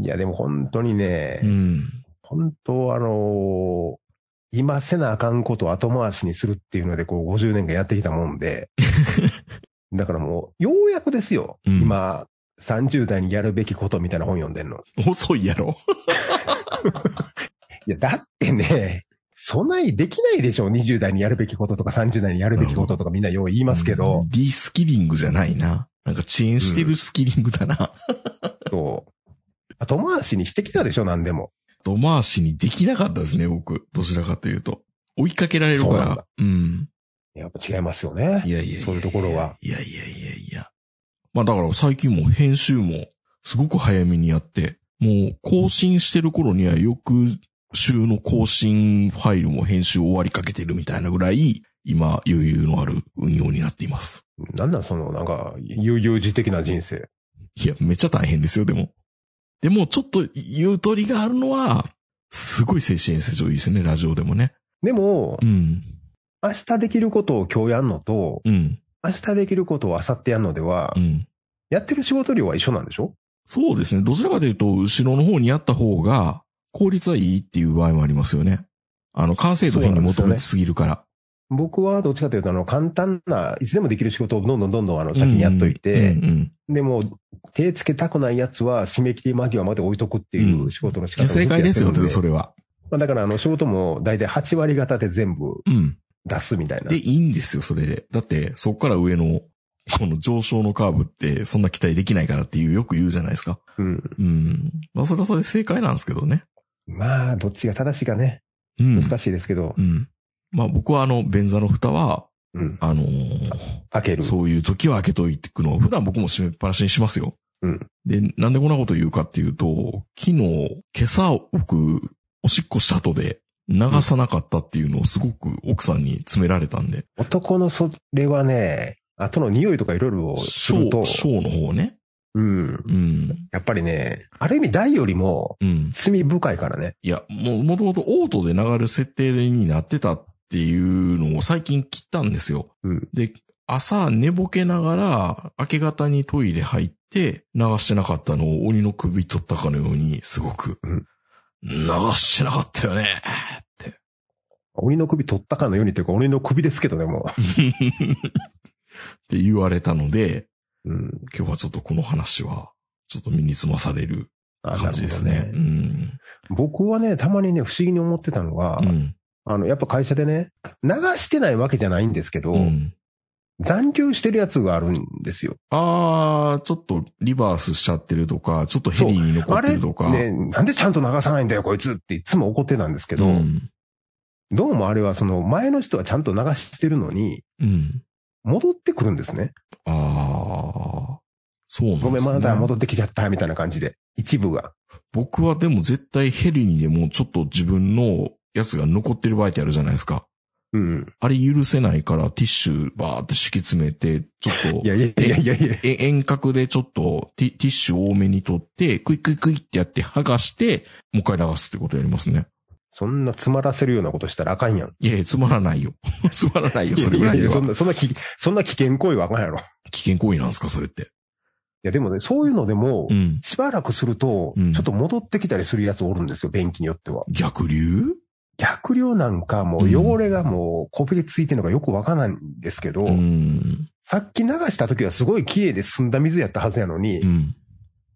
Speaker 3: いや、でも本当にね、
Speaker 2: うん。
Speaker 3: 本当あのー今せなあかんことを後回しにするっていうので、こう50年間やってきたも
Speaker 2: [LAUGHS]
Speaker 3: んで、だからもう、ようやくですよ。
Speaker 2: うん
Speaker 3: 今、30代にやるべきことみたいな本読んでんの。
Speaker 2: 遅いやろ。
Speaker 3: いや、だってね、備えできないでしょ。20代にやるべきこととか30代にやるべきこととかみんなよう言いますけ
Speaker 2: う
Speaker 3: ど
Speaker 2: ん、リスキリングじゃないな。なんか遅延してるスキリングだな。
Speaker 3: そう後回しにしてきたでしょ、何でも。
Speaker 2: 後回しにできなかったですね、僕。どちらかというと。追いかけられる
Speaker 3: そ
Speaker 2: か
Speaker 3: うなん
Speaker 2: ら
Speaker 3: だ。
Speaker 2: うん。
Speaker 3: やっぱ違いますよね
Speaker 2: い。やいやいや
Speaker 3: そういうところは。
Speaker 2: いやいやいやいや。まあだから最近も編集もすごく早めにやって、もう更新してる頃には翌週の更新ファイルも編集終わりかけてるみたいなぐらい、今、余裕のある運用になっています。
Speaker 3: なんなんその、なんか、悠々自適な人生。
Speaker 2: いや、めっちゃ大変ですよ、でも。でも、ちょっと言う通りがあるのは、すごい精神衛生上いいですね、ラジオでもね。
Speaker 3: でも
Speaker 2: う、ん。
Speaker 3: 明日できることを今日やんのと、
Speaker 2: うん。
Speaker 3: 明日できることを明後日やんのでは
Speaker 2: う、ん。
Speaker 3: やってる仕事量は一緒なんでしょ
Speaker 2: そうですね。どちらかというと、後ろの方にあった方が、効率はいいっていう場合もありますよね。あの、完成度変に求めてすぎるから。
Speaker 3: 僕はどっちかというと、あの、簡単な、いつでもできる仕事をどんどんどんどんあの先にやっといて、
Speaker 2: うんうん
Speaker 3: でも、手つけたくないやつは締め切り間際まで置いとくっていう仕事の仕
Speaker 2: い
Speaker 3: 方を
Speaker 2: や
Speaker 3: ずっと
Speaker 2: 正
Speaker 3: やって
Speaker 2: 解
Speaker 3: るん
Speaker 2: ですよ、そ
Speaker 3: れ。
Speaker 2: れは。
Speaker 3: まあだから、あの、仕事も大体8割方で全部
Speaker 2: うん。
Speaker 3: 出すみたいな
Speaker 2: で、。いいんですよ、それで。だって、そこから上の、この上昇のカーブって、そんな期待できないからっていう、よく言うじゃないですか。
Speaker 3: うん。
Speaker 2: うん。まあ、それはそれで正解なんですけどね。
Speaker 3: まあ、どっちが正しいかね。
Speaker 2: うん。
Speaker 3: 難しいですけど
Speaker 2: う、ん。まあ、僕はあの、便座の蓋は、
Speaker 3: うん。
Speaker 2: あのー
Speaker 3: 開ける。
Speaker 2: そういう時は開けといてくの。普段僕も閉めっぱなしにしますよ。
Speaker 3: うん
Speaker 2: で、なんでこんなこと言うかっていうと、昨日、今朝僕、おしっこした後で流さなかったっていうのをすごく奥さんに詰められたんで、
Speaker 3: 男のそれはね、後の匂いとかいろいろす
Speaker 2: シ
Speaker 3: る
Speaker 2: ョ
Speaker 3: と
Speaker 2: ー、、ショーの方ね。
Speaker 3: うん。
Speaker 2: うん。
Speaker 3: やっぱりね、ある意味大よりも
Speaker 2: うん。
Speaker 3: 罪深いからね。
Speaker 2: いや、もう、もともとオートで流れる設定になってたっていうのを最近切ったんですよ。
Speaker 3: うん
Speaker 2: で、朝寝ぼけながら、明け方にトイレ入って、流してなかったのを鬼の首取ったかのように、すごく、
Speaker 3: うん
Speaker 2: 流してなかったよね。って。
Speaker 3: 鬼の首取ったかのようにというか、鬼の首ですけどね、も
Speaker 2: って言われたので、
Speaker 3: う。うん。
Speaker 2: 今日はちょっとこの話は、ちょっと身につまされる
Speaker 3: あ
Speaker 2: 感じです
Speaker 3: な
Speaker 2: ね
Speaker 3: るほ。ど
Speaker 2: うん。
Speaker 3: 僕はね、たまにね、不思議に思ってたのが、
Speaker 2: うん。
Speaker 3: あの、やっぱ会社でね、流してないわけじゃないんですけど、
Speaker 2: うん。
Speaker 3: 残留してるやつがあるんですよ。
Speaker 2: あー、ちょっとリバースしちゃってるとか、ちょっとヘリに残
Speaker 3: あ
Speaker 2: って
Speaker 3: れ、
Speaker 2: るとか。
Speaker 3: ね、なんでちゃんと流さないんだよ、こいつっていつも怒ってたんですけど、
Speaker 2: うん。
Speaker 3: どうもあれはその前の人はちゃんと流してるのに、
Speaker 2: うん。
Speaker 3: 戻ってくるんですね。
Speaker 2: ああ。そうなんです、ね、
Speaker 3: ごめん、まだ戻ってきちゃった、みたいな感じで。一部が。
Speaker 2: 僕はでも絶対ヘリにでもちょっと自分のやつが残ってる場合ってあるじゃないですか。
Speaker 3: うん。
Speaker 2: あれ許せないからティッシュバーって敷き詰めて、ちょっと
Speaker 3: い、やいやいやいやいや。
Speaker 2: え遠隔でちょっとティティッシュ多めに取って、クイクイクイってやって剥がして、もう一回流すってことやりますね。
Speaker 3: そんな詰まらせるようなことしたらあかんやん。
Speaker 2: いやいや、つまらないよ。つまらないよ、それぐらいで
Speaker 3: ややそ
Speaker 2: は
Speaker 3: ん。な、そんなき、そんな危険行為はあかんやろ。い
Speaker 2: 危険行為なんですか、それって。
Speaker 3: や、でもね、そういうのでも
Speaker 2: う、ん。
Speaker 3: しばらくすると、
Speaker 2: うん
Speaker 3: ちょっと戻ってきたりするやつおるんですよ、便器によっては。
Speaker 2: 逆流
Speaker 3: 逆量なんかも
Speaker 2: うん
Speaker 3: う汚れがもうこびりついてるのがよくわからないんですけど、
Speaker 2: うん。
Speaker 3: さっき流した時はすごい綺麗で澄んだ水やったはずやのに、
Speaker 2: うん。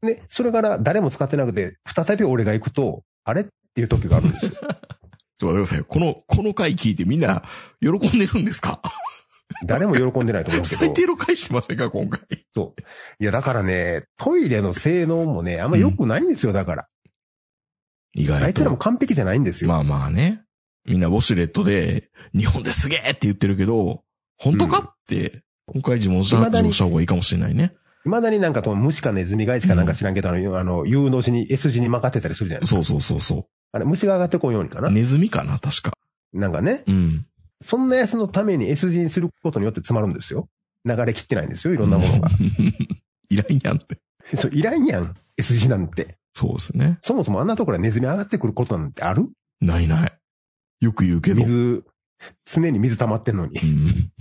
Speaker 3: ね、それから誰も使ってなくて、再び俺が行くと、あれっていう時があるん
Speaker 2: [LAUGHS]
Speaker 3: ですよ。
Speaker 2: ちょっと待ってください。この、この回聞いてみんな喜んでるんですか
Speaker 3: 誰も喜んでないと思うけ
Speaker 2: 最
Speaker 3: ど。
Speaker 2: 低の回してませんか今回。
Speaker 3: そう。いや、だからね、トイレの性能もね、あんま良くないんですよ、だから。
Speaker 2: 意外と。
Speaker 3: あいつらも完璧じゃないんですよ。
Speaker 2: まあまあね。みんなウォシュレットで、日本ですげえって言ってるけど、本当か、
Speaker 3: う
Speaker 2: って、今回自問した、
Speaker 3: 未
Speaker 2: 自
Speaker 3: だに
Speaker 2: 問した方がいいかもしれないね。
Speaker 3: 未だになんかと、虫かネズミ返しかなんか知らんけど、あの、あの、U の字に S 字に曲がってたりするじゃないですか。
Speaker 2: そうそうそうそ
Speaker 3: あれ、虫が上がってこんようにかな
Speaker 2: う。。ネズミかな確か。
Speaker 3: なんかね、
Speaker 2: うん。
Speaker 3: そんなやつのために S 字にすることによって詰まるんですよ。流れ切ってないんですよ、いろんなものが。。
Speaker 2: [LAUGHS] いらんやんって。
Speaker 3: [LAUGHS] そう、いらんやん、S 字なんて。
Speaker 2: そうですね。
Speaker 3: そもそもあんなところはネズミ上がってくることなんてある
Speaker 2: ないない。よく言うけど。
Speaker 3: 水、常に水溜まってんのに [LAUGHS]
Speaker 2: う。ん。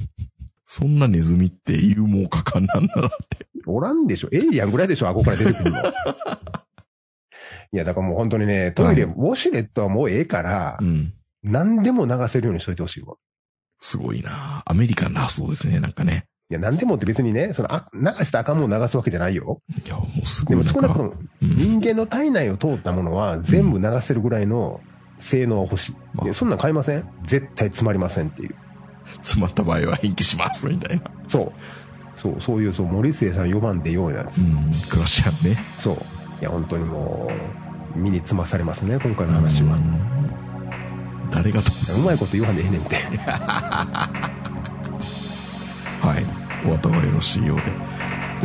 Speaker 2: そんなネズミって有毛果敢なんだなって。
Speaker 3: おらんでしょエイリアンぐらいでしょあこから出てく [LAUGHS] るの。いや、だからもう本当にね、トイレ、
Speaker 2: は
Speaker 3: ウォシュレットはもうええから、
Speaker 2: うん。
Speaker 3: 何でも流せるようにしといてほしいわ。
Speaker 2: すごいなアメリカンな発想ですね、なんかね。
Speaker 3: いや、何でもって別にね、その、あ流したらあかんもの流すわけじゃないよ。
Speaker 2: いや、もうすご
Speaker 3: で
Speaker 2: い
Speaker 3: も
Speaker 2: なん
Speaker 3: 少
Speaker 2: か
Speaker 3: なくとも
Speaker 2: うん
Speaker 3: 人間の体内を通ったものは全部流せるぐらいの性能は欲しい。
Speaker 2: まあ
Speaker 3: いやそんなん買いません絶対詰まりませんっていう。
Speaker 2: 詰まった場合は延期します、みたいな。
Speaker 3: そう。そう、そういう、そう、森末さん4番でようなやつ。
Speaker 2: うん、クラシアンね。
Speaker 3: そう。いや、本当にもう、身につまされますね、今回の話は。
Speaker 2: うん誰がどうす
Speaker 3: う
Speaker 2: る
Speaker 3: まいこと言わんでええねんって。 [LAUGHS]
Speaker 2: はい。お後がよろしいようで。と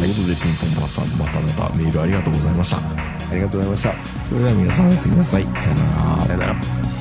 Speaker 2: いうことで、ピンポンパンさん、またまたメールありがとうございました。
Speaker 3: ありがとうございました。
Speaker 2: それでは皆さんおやすみなさい。さよなら
Speaker 3: さ。よなら。